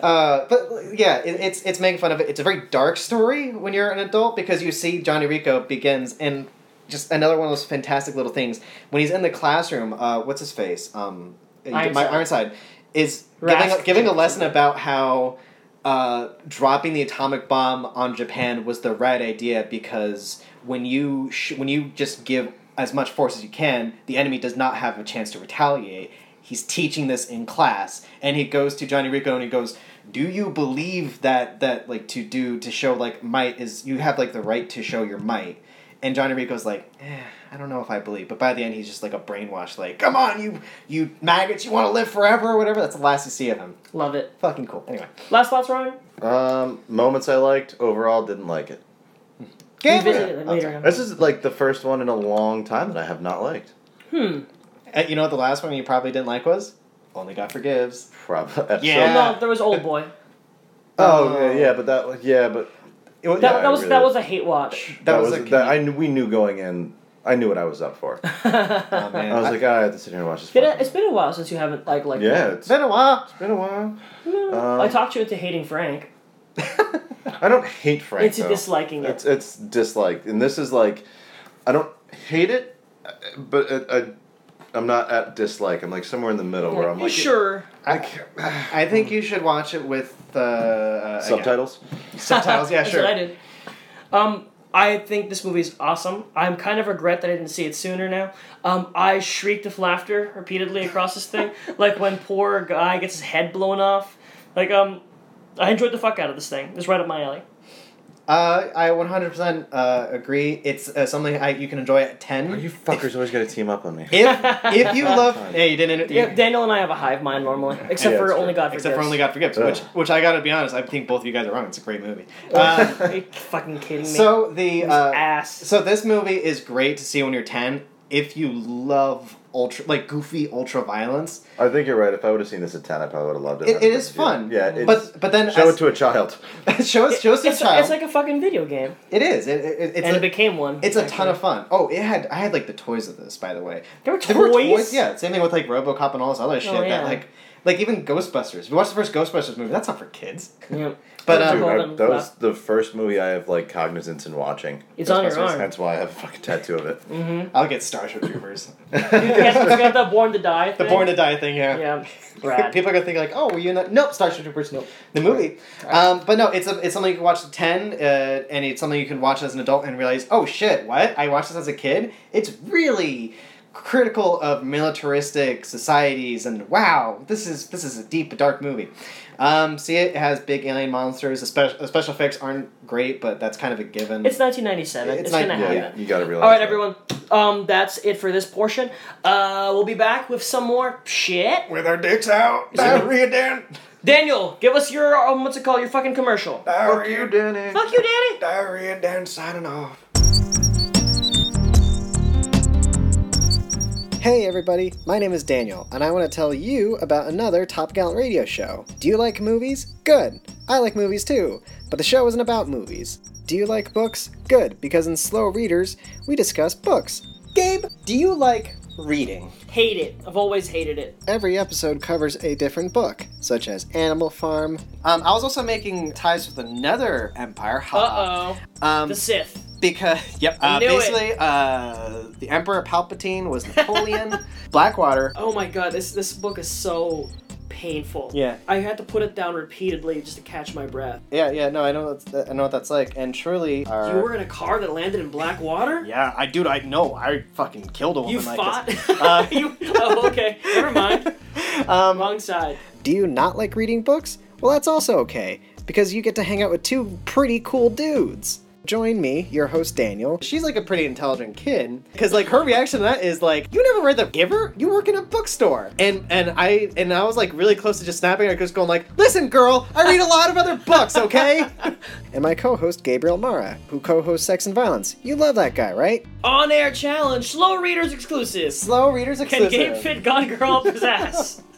Speaker 1: Uh, but yeah, it, it's it's making fun of it. It's a very dark story when you're an adult because you see Johnny Rico begins and just another one of those fantastic little things when he's in the classroom. Uh, what's his face? Um, my
Speaker 2: Ironside.
Speaker 1: Ironside is giving,
Speaker 2: Rask-
Speaker 1: giving a lesson about how uh, dropping the atomic bomb on Japan was the right idea because when you sh- when you just give as much force as you can, the enemy does not have a chance to retaliate. He's teaching this in class, and he goes to Johnny Rico and he goes, "Do you believe that that like to do to show like might is you have like the right to show your might?" And Johnny Rico's like, eh, I don't know if I believe, but by the end he's just like a brainwashed, like, come on, you you maggots, you want to live forever or whatever. That's the last you see of him.
Speaker 2: Love it.
Speaker 1: Fucking cool. Anyway,
Speaker 2: Last thoughts, Ryan.
Speaker 3: um, moments I liked. Overall, didn't like it.
Speaker 1: game.
Speaker 2: Revisit it
Speaker 1: Yeah.
Speaker 2: later.
Speaker 3: This is like the first one in a long time that I have not liked.
Speaker 1: Uh, you know what the last one you probably didn't like was? Only God forgives.
Speaker 3: Probably.
Speaker 1: Yeah.
Speaker 2: No, there was old boy.
Speaker 3: Oh yeah, yeah, but that yeah, but
Speaker 1: It wa-
Speaker 2: That,
Speaker 3: Yeah,
Speaker 2: that was
Speaker 3: really.
Speaker 2: that was a hate watch.
Speaker 3: that, was,
Speaker 1: a
Speaker 3: that. I knew, we knew going in. I knew what I was up for.
Speaker 1: oh, man.
Speaker 3: I was like, "Ah, I have to sit here and watch this.
Speaker 2: Been a-
Speaker 3: fucking-
Speaker 2: it's been a while since you haven't like like.
Speaker 3: yeah, Um, it's
Speaker 1: it's been a while.
Speaker 3: been a while.
Speaker 2: I talked you into hating Frank.
Speaker 3: I don't hate Frank.
Speaker 2: Into
Speaker 3: though.
Speaker 2: disliking it.
Speaker 3: It's it's disliked, and this is like, I don't hate it, uh, but it, I, I'm not at dislike. I'm like somewhere in the middle where I'm
Speaker 2: You
Speaker 3: like,
Speaker 2: sure.
Speaker 3: I can't-
Speaker 1: I think you should watch it with uh, uh, again,
Speaker 3: subtitles.
Speaker 1: subtitles. Yeah,
Speaker 2: That's
Speaker 1: sure.
Speaker 2: what I did. Um, I think this movie is awesome. I'm kind of regret that I didn't see it sooner now. Um, I shrieked with laughter repeatedly across this thing, like when poor guy gets his head blown off. Like um, I enjoyed the fuck out of this thing. It's right up my alley.
Speaker 1: Uh, I 100% uh, agree. It's uh, something I, you can enjoy at 10.
Speaker 3: Oh, you fuckers always got to team up on me.
Speaker 1: if, if you love. hey, you didn't.
Speaker 2: Yeah, Daniel and I have a hive mind normally, except
Speaker 3: Yeah,
Speaker 2: for
Speaker 3: it's
Speaker 2: only
Speaker 3: true.
Speaker 2: God
Speaker 1: except
Speaker 2: forgives.
Speaker 1: for Only God Forgives, which
Speaker 3: Ugh.
Speaker 1: which I gotta be honest, I think both of you guys are wrong. It's a great movie. Um,
Speaker 2: Are you fucking kidding me?
Speaker 1: so the
Speaker 2: His
Speaker 1: uh,
Speaker 2: ass.
Speaker 1: so this movie is great to see when you're ten if you love ultra like goofy ultra violence.
Speaker 3: I think you're right. If I would have seen this at ten, I probably would have loved it.
Speaker 1: It, it is
Speaker 3: Yeah.
Speaker 1: fun.
Speaker 3: Yeah, it's,
Speaker 1: but but then
Speaker 3: show
Speaker 1: as-
Speaker 3: it to a child.
Speaker 1: show us show us to a
Speaker 2: it's,
Speaker 1: child.
Speaker 2: it's like a fucking video game,
Speaker 1: it is. It, it, it's
Speaker 2: and
Speaker 1: a,
Speaker 2: it became one.
Speaker 1: it's a ton
Speaker 2: actually.
Speaker 1: of fun. Oh, it had I had like the toys of this, by the way.
Speaker 2: There were toys? Oh,
Speaker 1: Yeah, same thing with like RoboCop and all this other shit.
Speaker 2: yeah.
Speaker 1: That like like even Ghostbusters. If you watch the first Ghostbusters movie, that's not for kids.
Speaker 2: Yeah.
Speaker 1: But
Speaker 2: That's
Speaker 1: um,
Speaker 3: Dude,
Speaker 2: Hold
Speaker 3: I-
Speaker 2: on,
Speaker 3: that
Speaker 2: hold
Speaker 3: was the first movie I have like cognizance in watching.
Speaker 2: It's on your
Speaker 3: Ghostbusters,
Speaker 2: arm.
Speaker 3: That's why I have a fucking tattoo of it.
Speaker 1: I'll get Starship Troopers.
Speaker 2: You guys forgot the Born to Die.
Speaker 1: the
Speaker 2: thing?
Speaker 1: Born to Die thing,
Speaker 2: Yeah. Rad.
Speaker 1: People are gonna think like, oh, were you in that? Nope, Starship Troopers. Nope, the movie. Um, but no, it's a, it's something you can watch at ten, uh, and it's something you can watch as an adult and realize, oh shit, what? I watched this as a kid. It's really critical of militaristic societies, and wow, this is this is a deep, dark movie. Um, see, it has big alien monsters. The special, the special effects aren't great, but that's kind of a given.
Speaker 2: It's 1997. It's,
Speaker 1: It's
Speaker 2: gonna
Speaker 1: like-
Speaker 3: Yeah,
Speaker 1: yeah.
Speaker 2: happen.
Speaker 3: you got to realize.
Speaker 2: All right,
Speaker 3: that.
Speaker 2: everyone. Um, that's it for this portion. Uh, we'll be back with some more shit.
Speaker 1: with our dicks out,
Speaker 2: Diarrhea,
Speaker 1: Dan.
Speaker 2: Daniel, give us your um, what's it called? Your fucking commercial.
Speaker 3: Fuck you, Danny.
Speaker 2: Fuck you, Danny.
Speaker 1: Diarrhea, Dan, signing off. Hey everybody, my name is Daniel, and I want to tell you about another Top Gallant radio show. Do you like movies? Good! I like movies too, but the show isn't about movies. Do you like books? Good, because in Slow Readers, we discuss books. Gabe, do you like reading?
Speaker 2: Hate it. I've always hated it.
Speaker 1: Every episode covers a different book, such as Animal Farm. Um, I was also making ties with another empire. ha.
Speaker 2: Uh oh.
Speaker 1: Um,
Speaker 2: The Sith.
Speaker 1: because yep,
Speaker 2: I
Speaker 1: uh,
Speaker 2: knew it.
Speaker 1: basically, uh, the Emperor Palpatine was Napoleon. Blackwater.
Speaker 2: Oh my god, this this book is so painful.
Speaker 1: Yeah.
Speaker 2: I had to put it down repeatedly just to catch my breath.
Speaker 1: Yeah, yeah. No, I know. That's, I know what that's like. And truly,
Speaker 2: You were in a car that landed in black water.
Speaker 1: Yeah, I dude, I know. I fucking killed a woman
Speaker 2: You
Speaker 1: like
Speaker 2: fought.
Speaker 1: this. Uh,
Speaker 2: you, oh, okay. Never mind.
Speaker 1: Um,
Speaker 2: Wrong side.
Speaker 1: Do you not like reading books? Well, that's also okay, because you get to hang out with two pretty cool dudes. Join me, your host Daniel. She's like a pretty intelligent kid, because like her reaction to that is like, "You never read The Giver? You work in a bookstore." And and I and I was like really close to just snapping her, just going like, "Listen, girl, I read a lot of other books, okay?" and my co-host Gabriel Mara, who co-hosts Sex and Violence. You love that guy, right?
Speaker 2: On air challenge, slow readers exclusive.
Speaker 1: Slow readers
Speaker 2: Can
Speaker 1: exclusive.
Speaker 2: Gabe fit Gone Girl up his ass?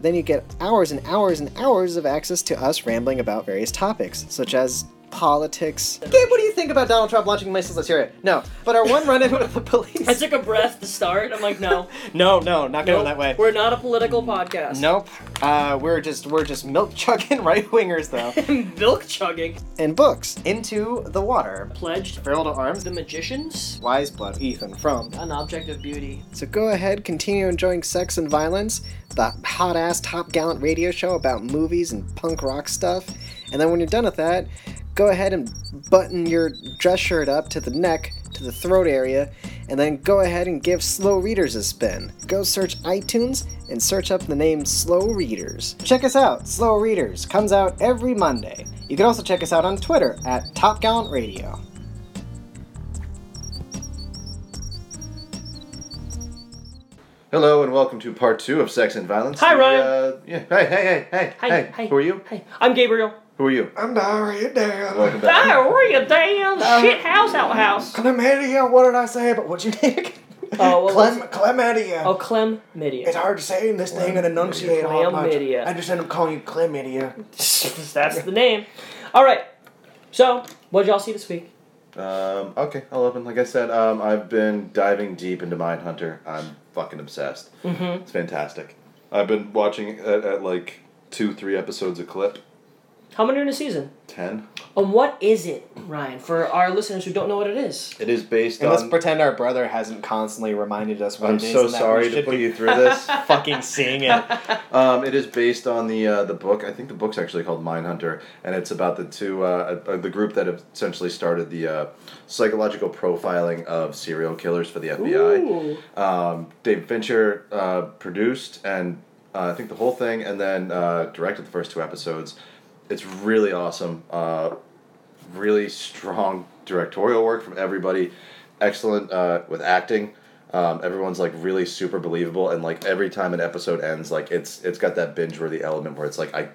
Speaker 1: Then you get hours and hours and hours of access to us rambling about various topics, such as politics. Gabe, what do you think about Donald Trump launching missiles? Let's hear it. No, but our one run-in with the police.
Speaker 2: I took a breath to start. I'm like, no,
Speaker 1: no, no, not going
Speaker 2: no,
Speaker 1: that way.
Speaker 2: We're not a political podcast.
Speaker 1: Nope. Uh, we're just we're just milk chugging right wingers though.
Speaker 2: milk chugging.
Speaker 1: and books into the water.
Speaker 2: Pledged.
Speaker 1: Feral to arms.
Speaker 2: The magicians.
Speaker 1: Wise blood. Ethan from.
Speaker 2: An object of beauty.
Speaker 1: So go ahead, continue enjoying sex and violence, the hot ass top gallant radio show about movies and punk rock stuff, and then when you're done with that, go ahead and button your dress shirt up to the neck, to the throat area, and then go ahead and give Slow Readers a spin. Go search iTunes and search up the name Slow Readers. Check us out, Slow Readers comes out every Monday. You can also check us out on Twitter at Top Gallant Radio.
Speaker 3: Hello and welcome to part two of Sex and Violence.
Speaker 2: Hi,
Speaker 3: We,
Speaker 2: Ryan.
Speaker 3: Uh, yeah. Hey, hey, hey, hey,
Speaker 2: Hi, hi,
Speaker 3: Who are you?
Speaker 2: Hi. I'm Gabriel.
Speaker 3: Who are you?
Speaker 1: I'm Daria Dan.
Speaker 3: Welcome back.
Speaker 2: Ah, we're you damn
Speaker 1: Uh,
Speaker 2: shit house out house.
Speaker 1: Chlamydia, what did I say? But what'd you think?
Speaker 2: Oh, what was
Speaker 1: Clem, chlamydia.
Speaker 2: Oh, Clem Midia.
Speaker 1: It's hard to say in this thing and enunciate all that much.
Speaker 2: Chlamydia.
Speaker 1: I just end up calling you chlamydia.
Speaker 2: That's the name. All right. So, what did y'all see this week?
Speaker 3: Um, okay, I'll open. Like I said, um, I've been diving deep into Mindhunter. I'm fucking obsessed. Mm-hmm. It's fantastic. I've been watching at, at like two, three episodes a clip.
Speaker 2: How many are in a season?
Speaker 3: Ten.
Speaker 2: And what is it, Ryan? For our listeners who don't know what it is.
Speaker 3: It is based
Speaker 1: And let's
Speaker 3: on.
Speaker 1: pretend our brother hasn't constantly reminded us what
Speaker 3: I'm
Speaker 1: it is.
Speaker 3: so
Speaker 1: and that
Speaker 3: sorry
Speaker 1: we
Speaker 3: to
Speaker 1: should
Speaker 3: put
Speaker 1: be
Speaker 3: you through this.
Speaker 1: fucking seeing it.
Speaker 3: Um, it is based on the uh, the book. I think the book's actually called Mindhunter, and it's about the two uh, uh, the group that essentially started the uh, psychological profiling of serial killers for the FBI. Um, Dave Fincher uh, produced and uh, I think the whole thing, and then uh, directed the first two episodes. It's really awesome. Uh, really strong directorial work from everybody. Excellent uh, with acting. Um, everyone's like really super believable, and like every time an episode ends, like it's it's got that binge worthy element where it's like I,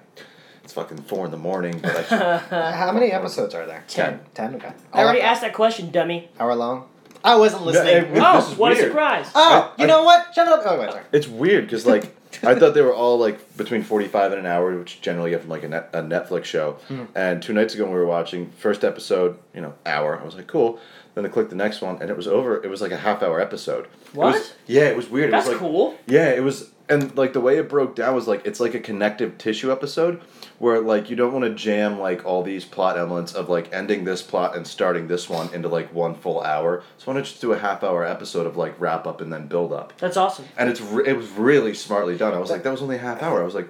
Speaker 3: it's fucking four in the morning, but I
Speaker 1: How many episodes are there?
Speaker 2: Ten.
Speaker 1: Ten, okay.
Speaker 2: I already asked that question, dummy.
Speaker 1: Hour long? I wasn't listening.
Speaker 3: it-
Speaker 2: Oh,
Speaker 3: This is
Speaker 2: what a
Speaker 3: weird.
Speaker 2: surprise.
Speaker 1: oh,
Speaker 3: I-
Speaker 1: you know what? Shut up. Oh, wait, sorry.
Speaker 3: it's weird because like I thought they were all like between forty five and an hour, which generally you get from like a, net, a Netflix show.
Speaker 2: Hmm.
Speaker 3: And two nights ago, when we were watching first episode, you know, hour, I was like, cool. Then I clicked the next one, and it was over. It was like a half hour episode. It was-
Speaker 2: What?
Speaker 3: yeah, it was weird.
Speaker 2: That's
Speaker 3: it was like,
Speaker 2: cool.
Speaker 3: Yeah, it was, and like the way it broke down was like it's like a connective tissue episode where like you don't want to jam like all these plot elements of like ending this plot and starting this one into like one full hour. So why don't you just do a half hour episode of like wrap up and then build up?
Speaker 2: That's awesome.
Speaker 3: And it's re- it was really smartly done. I was like, that was only a half hour. I was like,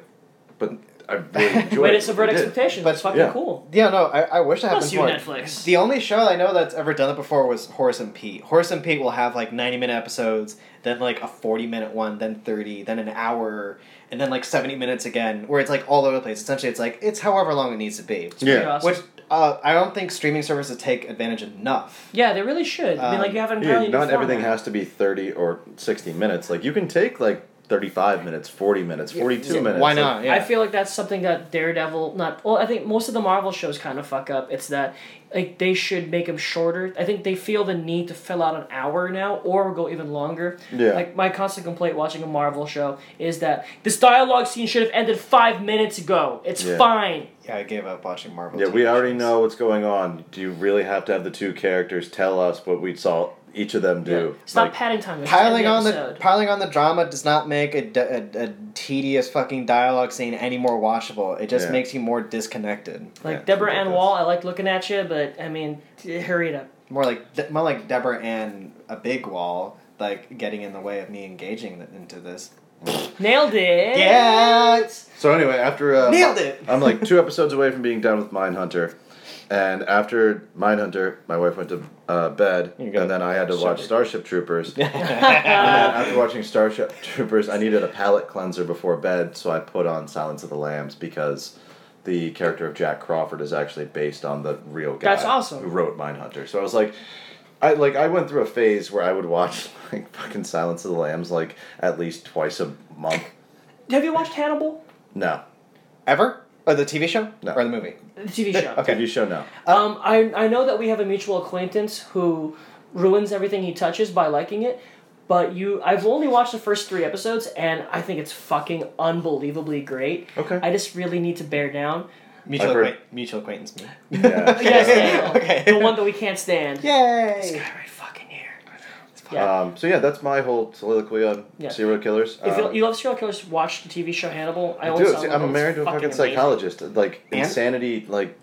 Speaker 3: but I really enjoyed.
Speaker 2: Way
Speaker 3: it.
Speaker 2: to subvert
Speaker 3: It did.
Speaker 2: expectations. That's fucking
Speaker 3: yeah.
Speaker 2: cool.
Speaker 1: Yeah, no, I, I wish that happened
Speaker 2: Bless you,
Speaker 1: more.
Speaker 2: Netflix.
Speaker 1: The only show I know that's ever done it before was Horace and Pete. Horace and Pete will have like 90 minute episodes, then like a 40 minute one, then 30, then an hour, and then like 70 minutes again, where it's like all over the place. Essentially, it's like it's however long it needs to be.
Speaker 2: Pretty
Speaker 3: Yeah.
Speaker 2: awesome.
Speaker 1: Which uh, I don't think streaming services take advantage enough.
Speaker 2: Yeah, they really should. I mean,
Speaker 1: Um,
Speaker 2: like you have an
Speaker 3: Yeah,
Speaker 2: entirely
Speaker 3: not
Speaker 2: new
Speaker 3: everything
Speaker 2: format.
Speaker 3: has to be 30 or 60 minutes. Like, you can take, like, 35 minutes, 40 minutes, 42 minutes.
Speaker 1: Why
Speaker 3: Like,
Speaker 1: not? Yeah.
Speaker 2: I feel like that's something that Daredevil, not well, I think most of the Marvel shows kind of fuck up. It's that like they should make them shorter. I think they feel the need to fill out an hour now, or go even longer.
Speaker 3: Yeah.
Speaker 2: Like my constant complaint watching a Marvel show is that this dialogue scene should have ended five minutes ago. It's
Speaker 3: Yeah.
Speaker 2: fine.
Speaker 1: yeah, I gave up watching Marvel.
Speaker 3: Yeah, we
Speaker 1: TV
Speaker 3: already
Speaker 1: shows.
Speaker 3: know what's going on. Do you really have to have the two characters tell us what we saw each of them do?
Speaker 2: Stop
Speaker 3: Like,
Speaker 2: padding time. Just end
Speaker 1: Piling on the
Speaker 2: episode.
Speaker 1: piling on the drama does not make a, d- a- a tedious fucking dialogue scene any more watchable. It just
Speaker 3: Yeah.
Speaker 1: makes you more disconnected.
Speaker 2: like
Speaker 3: Yeah,
Speaker 2: Deborah
Speaker 3: something
Speaker 2: Ann
Speaker 3: like
Speaker 2: Wall. I like looking at you, but I mean, t- hurry it up.
Speaker 1: More like De- more like Deborah and a big wall, like getting in the way of me engaging th- into this.
Speaker 2: Nailed it.
Speaker 1: Yeah.
Speaker 3: so, anyway, after. Uh,
Speaker 1: Nailed it!
Speaker 3: I'm like two episodes away from being done with Mindhunter. And after Mindhunter, my wife went to uh, bed,
Speaker 1: You got
Speaker 3: and then I had to watch Starship Troopers. And after watching Starship Troopers, I needed a palate cleanser before bed, so I put on Silence of the Lambs because the character of Jack Crawford is actually based on the real guy
Speaker 2: That's awesome.
Speaker 3: who wrote Mindhunter. So I was like, I like I went through a phase where I would watch like fucking Silence of the Lambs like at least twice a month.
Speaker 2: Have you watched Hannibal?
Speaker 3: No,
Speaker 1: Ever?
Speaker 4: Oh,
Speaker 1: Or the TV show?
Speaker 3: No.
Speaker 1: Or the movie?
Speaker 2: The TV show.
Speaker 1: Okay.
Speaker 3: TV show no.
Speaker 2: Um, I, I know that we have a mutual acquaintance who ruins everything he touches by liking it, but you I've only watched the first three episodes and I think it's fucking unbelievably great.
Speaker 3: Okay.
Speaker 2: I just really need to bear down.
Speaker 4: Mutual,
Speaker 3: I've heard-
Speaker 4: acquaint- mutual acquaintance me.
Speaker 3: Yeah.
Speaker 2: Yes,
Speaker 4: okay.
Speaker 2: the one that we can't stand.
Speaker 4: Yay!
Speaker 2: Right fucking here. Yeah.
Speaker 3: Um, so yeah, that's my whole soliloquy on
Speaker 2: Yeah.
Speaker 3: serial killers.
Speaker 2: If you,
Speaker 3: Um,
Speaker 2: you love serial killers, watch the TV show Hannibal. I always
Speaker 3: Dude,
Speaker 2: tell
Speaker 3: see,
Speaker 2: them
Speaker 3: I'm
Speaker 2: it's
Speaker 3: married to a fucking
Speaker 2: amazing.
Speaker 3: psychologist. Like
Speaker 4: And-
Speaker 3: insanity, like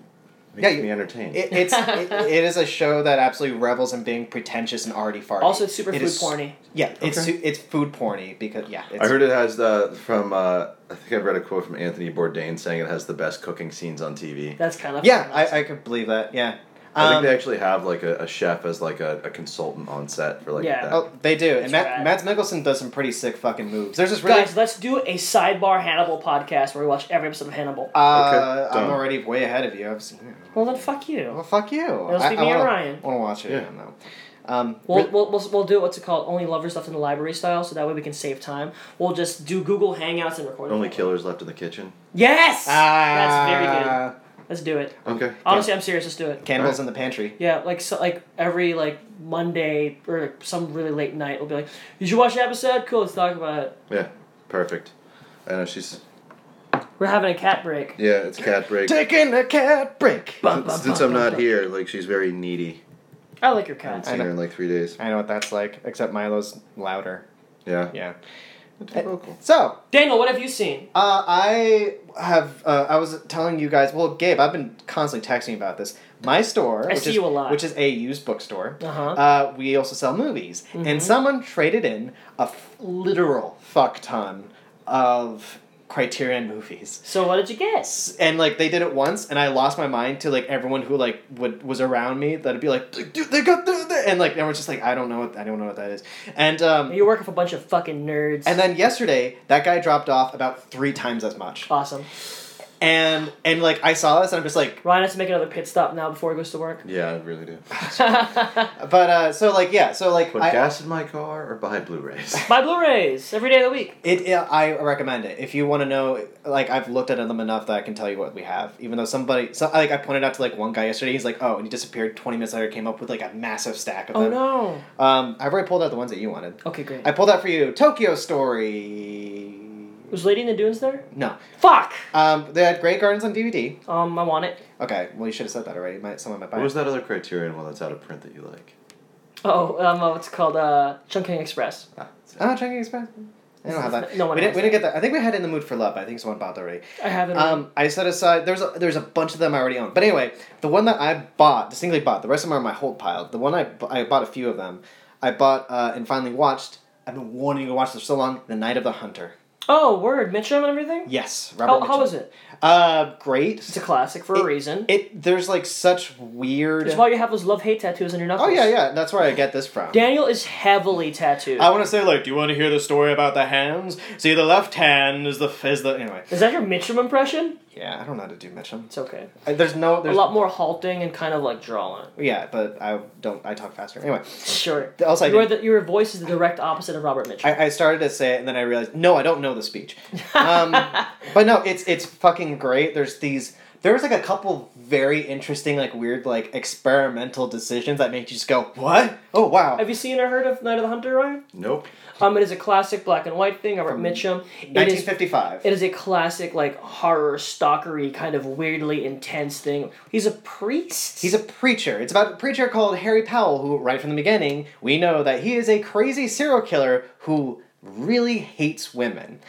Speaker 3: makes
Speaker 4: Yeah, you-
Speaker 3: me entertained.
Speaker 4: It, it's it, it is a show that absolutely revels in being pretentious and already farty.
Speaker 2: Also, it's super
Speaker 4: It
Speaker 2: food
Speaker 4: is-
Speaker 2: porny.
Speaker 4: Yeah, it's
Speaker 3: Okay.
Speaker 4: su- it's food porny because yeah. It's,
Speaker 3: I heard it has the from. Uh, I think I read a quote from Anthony Bourdain saying it has the best cooking scenes on TV.
Speaker 2: That's kind of
Speaker 4: Yeah, I, I could believe that. Yeah.
Speaker 3: I think
Speaker 4: Um,
Speaker 3: they actually have like a, a chef as like a, a consultant on set for like
Speaker 2: Yeah.
Speaker 3: that.
Speaker 4: Oh, they do. And
Speaker 2: It's
Speaker 4: Matt,
Speaker 2: rad.
Speaker 4: Mads Mikkelsen does some pretty sick fucking moves. There's this really.
Speaker 2: guys, let's do a sidebar Hannibal podcast where we watch every episode of Hannibal.
Speaker 4: uh,
Speaker 3: Okay,
Speaker 4: I'm
Speaker 3: done.
Speaker 4: already way ahead of you. I've seen it.
Speaker 2: well, then fuck you.
Speaker 4: Well, fuck you.
Speaker 2: It'll
Speaker 4: I,
Speaker 2: be
Speaker 4: I
Speaker 2: me and
Speaker 4: wanna,
Speaker 2: Ryan.
Speaker 4: want to watch it
Speaker 3: Yeah.
Speaker 4: again, though. Um,
Speaker 2: We'll, we'll, we'll, we'll do what's it called? Only lovers left in the library style, so that way we can save time. We'll just do Google Hangouts and record. it
Speaker 3: Only
Speaker 2: that way.
Speaker 3: killers left in the kitchen.
Speaker 2: Yes, that's very good.
Speaker 4: Ah,
Speaker 2: Let's do it.
Speaker 3: Okay.
Speaker 2: Honestly, I'm serious. Let's do it.
Speaker 4: Cannibals in the pantry.
Speaker 2: Yeah, like so, like every like Monday or some really late night, we'll be like, "Did you watch the episode? Cool, let's talk about it."
Speaker 3: Yeah. Perfect. I know she's.
Speaker 2: We're having a cat break.
Speaker 3: Yeah, it's cat break.
Speaker 4: Taking a cat break.
Speaker 2: Bum, bum,
Speaker 3: Since, since
Speaker 2: bum,
Speaker 3: I'm
Speaker 2: bum,
Speaker 3: not
Speaker 2: bum.
Speaker 3: here, like she's very needy.
Speaker 2: I like your
Speaker 3: I haven't
Speaker 2: cat.
Speaker 3: seen her in like three days.
Speaker 4: I know what that's like, except Milo's louder.
Speaker 3: Yeah. Oh,
Speaker 4: Yeah.
Speaker 3: It's vocal.
Speaker 4: So,
Speaker 2: Daniel, what have you seen?
Speaker 4: Uh, I have. Uh, I was telling you guys. Well, Gabe, I've been constantly texting about this. My store,
Speaker 2: I
Speaker 4: which
Speaker 2: see
Speaker 4: is
Speaker 2: you a lot.
Speaker 4: which is a used bookstore.
Speaker 2: Uh-huh. Mm-hmm.
Speaker 4: Uh, we also sell movies, and someone traded in a f- literal fuck ton of Criterion movies.
Speaker 2: So, what did you get?
Speaker 4: S- And like they did it once, and I lost my mind to like everyone who like would was around me that'd be like, dude, they got the, the-" and like everyone's just like, I don't know what I don't know what that is, and um,
Speaker 2: You're working for a bunch of fucking nerds.
Speaker 4: and then yesterday that guy dropped off about three times as much.
Speaker 2: awesome.
Speaker 4: And and like I saw this and I'm just like
Speaker 2: Ryan has to make another pit stop now before he goes to work.
Speaker 3: Yeah, I really do.
Speaker 4: but uh so like yeah so like
Speaker 3: Put
Speaker 4: I,
Speaker 3: gas in my car or buy Blu-rays.
Speaker 2: Buy Blu-rays every day of the week.
Speaker 4: it, it I recommend it if you want to know like I've looked at them enough that I can tell you what we have even though somebody so like I pointed out to like one guy yesterday he's like oh and he disappeared 20 minutes later came up with like a massive stack of
Speaker 2: Oh
Speaker 4: them
Speaker 2: no.
Speaker 4: um I've already pulled out the ones that you wanted
Speaker 2: Okay, great.
Speaker 4: I pulled out for you Tokyo Story
Speaker 2: Was Lady in the Dunes there?
Speaker 4: no
Speaker 2: Fuck.
Speaker 4: um they had Grey Gardens on DVD
Speaker 2: Um, I want it.
Speaker 4: okay well you should have said that already might someone might buy
Speaker 3: What
Speaker 4: it.
Speaker 3: was that other Criterion one that's out of print that you like?
Speaker 2: Oh, um, uh, what's it called? Uh, Chungking Express.
Speaker 3: Ah, it's-
Speaker 4: Oh, Chunky Express. I don't have that.
Speaker 2: No one
Speaker 4: we didn't.
Speaker 2: has
Speaker 4: We didn't get that. I think we had in the mood for love. but I think someone bought that already.
Speaker 2: I have it.
Speaker 4: Um, I set aside. There's a, there's a bunch of them I already own. But anyway, the one that I bought, distinctly bought. The rest of them are my hold pile. The one I bu- I bought a few of them. I bought uh, and finally watched. I've been wanting to watch this for so long. The Night of the Hunter.
Speaker 2: oh, word, Mitchum and everything.
Speaker 4: Yes,
Speaker 2: How,
Speaker 4: Robert.
Speaker 2: how
Speaker 4: Mitchum.
Speaker 2: is it?
Speaker 4: Uh, great.
Speaker 2: It's a classic for a reason.
Speaker 4: It there's like such weird.
Speaker 2: It's why you have those love hate tattoos on your knuckles.
Speaker 4: Oh yeah, yeah. That's where I get this from.
Speaker 2: Daniel is heavily tattooed.
Speaker 4: I want to say like, do you want to hear the story about the hands? See, the left hand is the is the anyway.
Speaker 2: is that your Mitchum impression?
Speaker 4: Yeah, I don't know how to do Mitchum.
Speaker 2: It's okay.
Speaker 4: I- There's no.
Speaker 2: A
Speaker 4: There's,
Speaker 2: lot more halting and kind of like drawing.
Speaker 4: Yeah, but I don't. I talk faster. Anyway,
Speaker 2: Sure.
Speaker 4: Also, I
Speaker 2: your,
Speaker 4: did-
Speaker 2: the, your voice is the direct opposite of Robert Mitchum.
Speaker 4: I, I started to say it, and then I realized no, I don't know the speech. Um, but no, it's it's fucking great. There's these. There was like a couple very interesting, like weird, like experimental decisions that make you just go, "What? Oh wow!"
Speaker 2: have you seen or heard of Night of the Hunter, Ryan?
Speaker 3: Nope.
Speaker 2: Um, it is a classic black and white thing. Robert Mitchum. It is
Speaker 4: 1955.
Speaker 2: It is a classic, like horror stalkery kind of weirdly intense thing. He's a priest.
Speaker 4: He's a preacher. It's about a preacher called Harry Powell, who, right from the beginning, we know that he is a crazy serial killer who really hates women.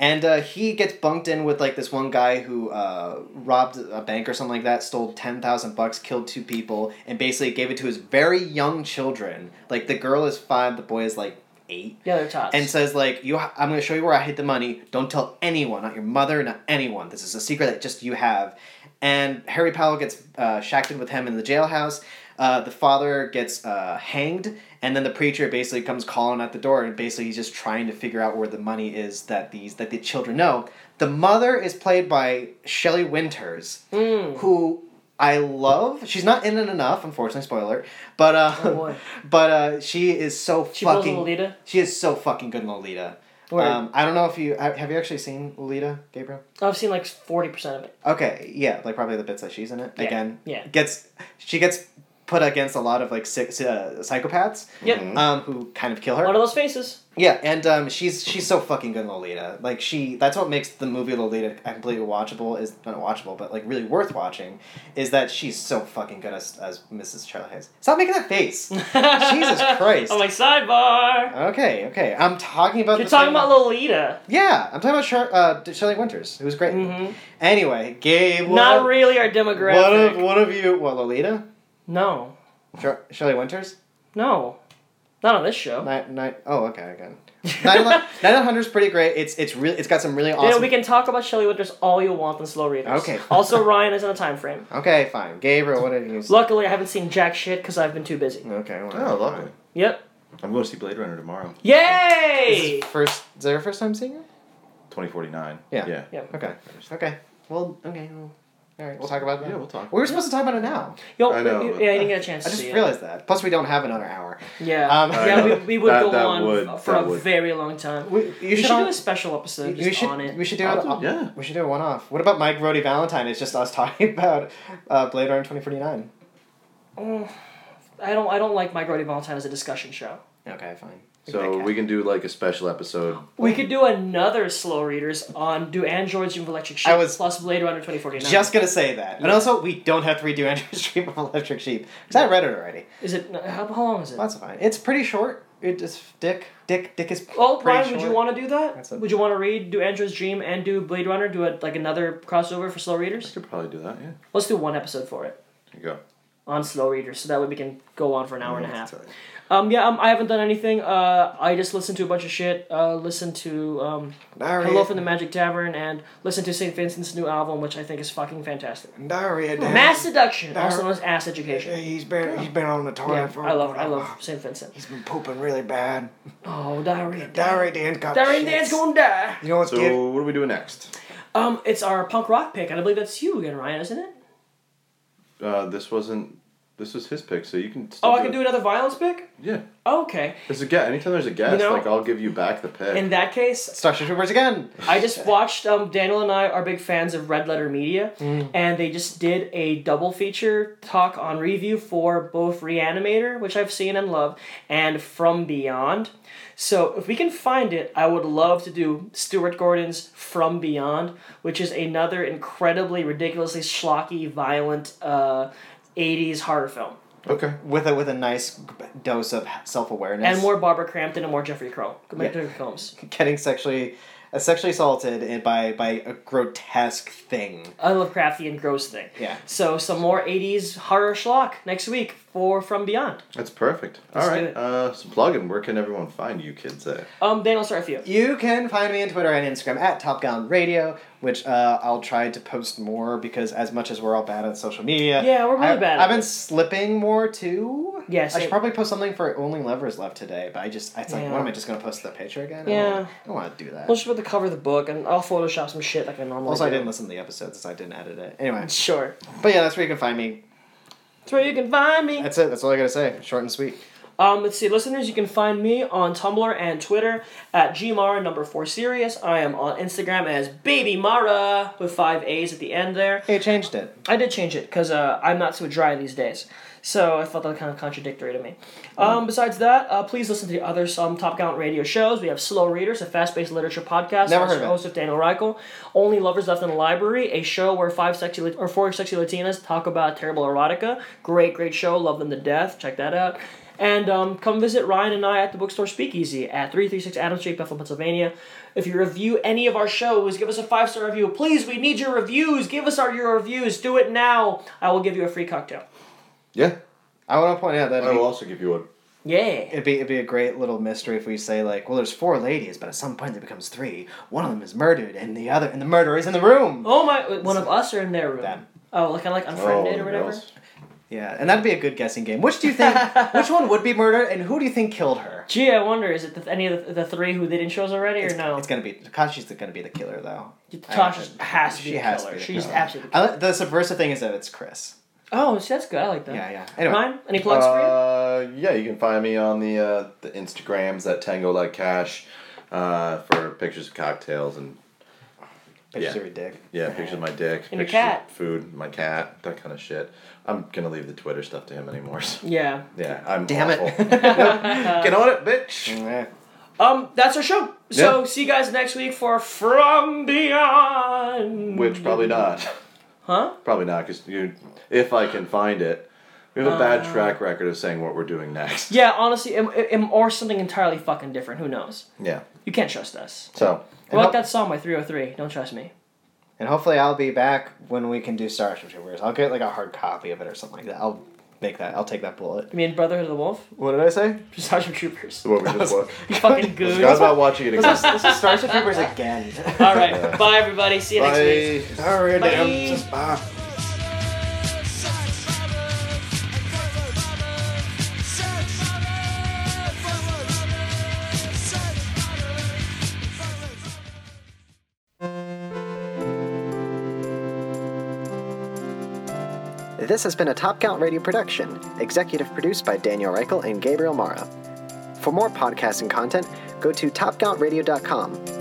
Speaker 4: And uh, he gets bunked in with like this one guy who uh, robbed a bank or something like that, stole ten thousand bucks, killed two people, and basically gave it to his very young children. Like the girl is five, the boy is like eight
Speaker 2: yeah, they're tots.
Speaker 4: and says like you ha- i'm going to show you where i hid the money don't tell anyone not your mother not anyone this is a secret that just you have and harry powell gets uh, shackled with him in the jailhouse uh, the father gets uh, hanged and then the preacher basically comes calling at the door and basically he's just trying to figure out where the money is that these that the children know the mother is played by shelley winters
Speaker 2: Hmm.
Speaker 4: who I love. She's not in it enough, unfortunately. Spoiler, but uh,
Speaker 2: Oh, boy.
Speaker 4: but uh, she is so
Speaker 2: She plays
Speaker 4: fucking.
Speaker 2: Lolita?
Speaker 4: She is so fucking good in Lolita.
Speaker 2: Word.
Speaker 4: Um, I don't know if you have have you actually seen Lolita, Gabriel?
Speaker 2: Oh, I've seen like forty percent of it.
Speaker 4: Okay, yeah, like probably the bits that she's in it again.
Speaker 2: yeah.
Speaker 4: gets she gets put against a lot of like six uh, psychopaths.
Speaker 2: Yep.
Speaker 4: Um, who kind of kill her.
Speaker 2: One of those faces.
Speaker 4: Yeah, and um, she's she's so fucking good in Lolita. Like she, that's what makes the movie Lolita completely watchable. Is not watchable, but like really worth watching. Is that she's so fucking good as, as Mrs. Charlie Hayes. Stop making that face. Jesus Christ.
Speaker 2: I'm like sidebar.
Speaker 4: Okay, okay. I'm talking about.
Speaker 2: You're
Speaker 4: the
Speaker 2: talking
Speaker 4: same-
Speaker 2: about Lolita.
Speaker 4: Yeah, I'm talking about Char- uh, Shelley Winters. It was great. Anyway, Gabe.
Speaker 2: Mm-hmm.
Speaker 4: What
Speaker 2: Not
Speaker 4: of-
Speaker 2: really our
Speaker 4: What
Speaker 2: demographic.
Speaker 4: of what of you? What Lolita?
Speaker 2: no,
Speaker 4: Char- Shelley Winters.
Speaker 2: no, not on this show.
Speaker 4: Nine, nine, oh, okay, again. Nine hundred's pretty great. It's it's really it's got some really
Speaker 2: You know,
Speaker 4: awesome.
Speaker 2: we can talk about Shelley Winters all you want on slow readers.
Speaker 4: Okay.
Speaker 2: also, Ryan is on a time frame.
Speaker 4: Okay, fine. Gabriel, what have you?
Speaker 2: Luckily, I haven't seen jack shit because I've been too busy.
Speaker 4: Okay. Well,
Speaker 3: Oh, lovely.
Speaker 2: Yep.
Speaker 3: I'm going to see Blade Runner tomorrow,
Speaker 2: Yay!
Speaker 4: First, is that your first time seeing her?
Speaker 3: 2049.
Speaker 4: Yeah.
Speaker 3: Yeah.
Speaker 2: Yeah.
Speaker 4: Okay. Okay. Well, okay. Well, all right. We'll talk about that.
Speaker 3: Yeah, we'll talk.
Speaker 4: We were supposed to talk about it now.
Speaker 2: Yo,
Speaker 3: I know,
Speaker 2: you-
Speaker 3: but-
Speaker 2: yeah, I didn't get a chance to
Speaker 4: I just
Speaker 2: see it.
Speaker 4: realized that. Plus, we don't have another hour.
Speaker 2: Yeah,
Speaker 4: Um, I
Speaker 2: yeah, we,
Speaker 3: know.
Speaker 2: we would
Speaker 3: That-
Speaker 2: go
Speaker 3: that
Speaker 2: on
Speaker 3: would-
Speaker 2: for a
Speaker 3: that would-
Speaker 2: very long time.
Speaker 4: We, you
Speaker 2: We should,
Speaker 4: should. all-
Speaker 2: do a special episode
Speaker 4: we
Speaker 2: just
Speaker 4: should.
Speaker 2: on it.
Speaker 4: We should do
Speaker 3: I'll
Speaker 4: it.
Speaker 3: do- yeah.
Speaker 4: We should do a one-off. What about Mike Brody Valentine? It's just us talking about uh, Blade Runner twenty forty nine.
Speaker 2: Mm, I don't. I don't like My Grody Valentine as a discussion show.
Speaker 4: Okay, fine.
Speaker 3: So we can do like a special episode.
Speaker 2: We could do another slow readers on do androids dream of electric sheep
Speaker 4: I was-
Speaker 2: plus Blade Runner twenty forty nine.
Speaker 4: Just gonna say that, and also we don't have to redo Andrew's Dream of Electric Sheep because I read it already.
Speaker 2: is it how, how long is it?
Speaker 4: That's fine. It's pretty short. It is Dick. Dick. Dick is.
Speaker 2: Oh,
Speaker 4: pretty
Speaker 2: Brian, would you
Speaker 4: short.
Speaker 2: want to do that?
Speaker 4: That's a-
Speaker 2: Would you want to read do androids dream and do Blade Runner? Do a, like another crossover for slow
Speaker 3: We
Speaker 2: readers?
Speaker 3: could probably do that. Yeah.
Speaker 2: Let's do one episode for it
Speaker 3: There you go.
Speaker 2: on slow readers, so that way we can go on for an hour and a half.
Speaker 3: Sorry.
Speaker 2: Um, yeah, um, I haven't done anything. Uh, I just listened to a bunch of shit. Uh, listened to um,
Speaker 4: Daria,
Speaker 2: Hello from the Magic Tavern and listened to St. Vincent's new album, which I think is fucking fantastic.
Speaker 4: Daria, Dan-
Speaker 2: Mass Seduction, also
Speaker 4: Dar-
Speaker 2: known as Ass Education.
Speaker 4: He's been he's been on the toilet
Speaker 2: Yeah,
Speaker 4: for.
Speaker 2: I love I love St. Vincent.
Speaker 4: He's been pooping really bad.
Speaker 2: Oh, Diarrhea.
Speaker 4: Diary Dan got.
Speaker 2: Diarrhea
Speaker 4: shits.
Speaker 2: Dan's gonna die.
Speaker 4: You know what's good?
Speaker 3: So what do we do next?
Speaker 2: Um, it's our punk rock pick, and I believe that's you again, Ryan, isn't it?
Speaker 3: Uh, this wasn't. This was his pick, so you can. Still
Speaker 2: Oh, I can do another violence pick.
Speaker 3: Yeah.
Speaker 2: Okay.
Speaker 3: There's a guest. Anytime there's a guest,
Speaker 2: know-
Speaker 3: like I'll give you back the pick.
Speaker 2: In that case,
Speaker 4: Starship Troopers again.
Speaker 2: I just watched. Um, Daniel and I are big fans of Red Letter Media, and they just did a double feature talk on review for both Reanimator, which I've seen and love, and From Beyond. So if we can find it, I would love to do Stuart Gordon's From Beyond, which is another incredibly ridiculously schlocky, violent uh, '80s horror film,
Speaker 3: okay.
Speaker 4: With a with a nice dose of self awareness
Speaker 2: and more Barbara Crampton and more Jeffrey Crow, Jeffrey Combs.
Speaker 4: getting sexually uh, sexually assaulted and by by a grotesque thing.
Speaker 2: I love crafty and gross thing.
Speaker 4: Yeah.
Speaker 2: So some more '80s horror schlock next week for From Beyond.
Speaker 3: That's perfect.
Speaker 2: Let's
Speaker 3: All
Speaker 2: do
Speaker 3: right.
Speaker 2: it.
Speaker 3: Uh, some plugging. Where can everyone find you kids at?
Speaker 2: Um, Dan, I'll start with you.
Speaker 4: You can find me on Twitter and Instagram at Top Gun Radio, which uh, I'll try to post more because as much as we're all bad at social media,
Speaker 2: Yeah, we're really
Speaker 4: I've,
Speaker 2: bad at
Speaker 4: I've been
Speaker 2: it.
Speaker 4: slipping more too.
Speaker 2: Yeah,
Speaker 4: I
Speaker 2: same.
Speaker 4: should probably post something for Only Lovers Left today, but I just it's like,
Speaker 2: Yeah.
Speaker 4: what am I just gonna post the picture again? I
Speaker 2: Yeah.
Speaker 4: don't, I don't want to do that.
Speaker 2: We'll just put the cover of the book, and I'll Photoshop some shit like I normally
Speaker 4: also, I
Speaker 2: do.
Speaker 4: didn't listen to the episodes, so I didn't edit it. Anyway,
Speaker 2: Sure.
Speaker 4: but yeah, that's where you can find me.
Speaker 2: That's where you can find me.
Speaker 4: That's it. That's all I gotta say. Short and sweet.
Speaker 2: Um, let's see, listeners, you can find me on Tumblr and Twitter at gmara number four serious. I am on Instagram as Baby Mara with five A's at the end there.
Speaker 4: Hey, changed it.
Speaker 2: I did change it because uh, I'm not so dry these days. So I felt that kind of contradictory to me.
Speaker 4: Mm.
Speaker 2: Um, besides that, uh, please listen to the other some Top Gallant radio shows. We have Slow Readers, a fast-paced literature podcast.
Speaker 4: Never
Speaker 2: I'm
Speaker 4: heard of it.
Speaker 2: host of Daniel Reichel. Only Lovers Left in the Library, a show where five sexy lat- or four sexy Latinas talk about terrible erotica. Great, great show. Love them to death. Check that out. And um, come visit Ryan and I at the bookstore Speakeasy at 336 Adams Street, Bethel, Pennsylvania. If you review any of our shows, give us a five star review. Please, we need your reviews. Give us our your reviews. Do it now. I will give you a free cocktail.
Speaker 3: Yeah.
Speaker 4: I want to point out that
Speaker 3: I will also give you one.
Speaker 2: Yeah.
Speaker 4: It'd be, it'd be a great little mystery if we say like, well, there's four ladies, but at some point it becomes three. One of them is murdered, and the other, and the murderer is in the room.
Speaker 2: Oh my! One of us are in their room.
Speaker 4: Them.
Speaker 2: Oh, kind of like unfriended or whatever.
Speaker 3: girls.
Speaker 4: Yeah, and that'd be a good guessing game. Which do you think? which one would be murdered, and who do you think killed her?
Speaker 2: Gee, I wonder is it the, any of the, the three who they didn't show us already or no?
Speaker 4: It's gonna be Takashi's gonna be the killer though.
Speaker 2: Tasha has to be
Speaker 4: She
Speaker 2: a
Speaker 4: has to
Speaker 2: killer.
Speaker 4: be the
Speaker 2: She's
Speaker 4: killer.
Speaker 2: absolutely.
Speaker 4: I, li- the subversive thing is that it's Chris.
Speaker 2: Oh, see, that's good. I like that.
Speaker 4: Yeah, yeah. Anyway,
Speaker 2: Ryan, any plugs for
Speaker 3: Uh, yeah, you can find me on the uh, the Instagrams at Tango Like Cash uh, for pictures of cocktails and
Speaker 4: pictures
Speaker 3: yeah.
Speaker 4: of your dick.
Speaker 3: yeah, pictures of my dick,
Speaker 2: And your
Speaker 3: pictures of
Speaker 2: cat.
Speaker 3: food, my cat, that kind of shit. I'm gonna leave the Twitter stuff to him anymore. so-
Speaker 2: you? Yeah.
Speaker 3: Yeah, I'm
Speaker 4: Damn it.
Speaker 3: awful. Get on it, bitch.
Speaker 4: Yeah.
Speaker 2: Um, that's our show. So
Speaker 3: Yeah.
Speaker 2: see you guys next week for From Beyond.
Speaker 3: Which probably not.
Speaker 2: Mm. Huh?
Speaker 3: Probably not, because if I can find it, we have a bad track record of saying what we're doing next.
Speaker 2: Uh. Yeah, honestly, im- im- or something entirely fucking different. Who knows?
Speaker 3: Yeah.
Speaker 2: You can't trust us.
Speaker 3: So,
Speaker 2: I like
Speaker 4: ho-
Speaker 2: that song by 303. Don't trust me.
Speaker 4: And hopefully, I'll be back when we can do Starship Troopers. I'll get like a hard copy of it or something like that. I'll make that. I'll take that bullet.
Speaker 2: You mean Brotherhood of the Wolf?
Speaker 4: What did I say?
Speaker 2: Starship Troopers.
Speaker 3: what we just watched.
Speaker 2: You fucking
Speaker 3: I
Speaker 2: goons.
Speaker 3: forgot about watching it again.
Speaker 4: This is Starship Troopers again.
Speaker 2: All right. Bye, everybody. See you next week.
Speaker 3: Bye.
Speaker 4: All right,
Speaker 2: Bye.
Speaker 4: damn. Just bye. This has been a Top Count Radio production, executive produced by Daniel Reichel and Gabriel Mara. For more podcasting content, go to topcountradio.com.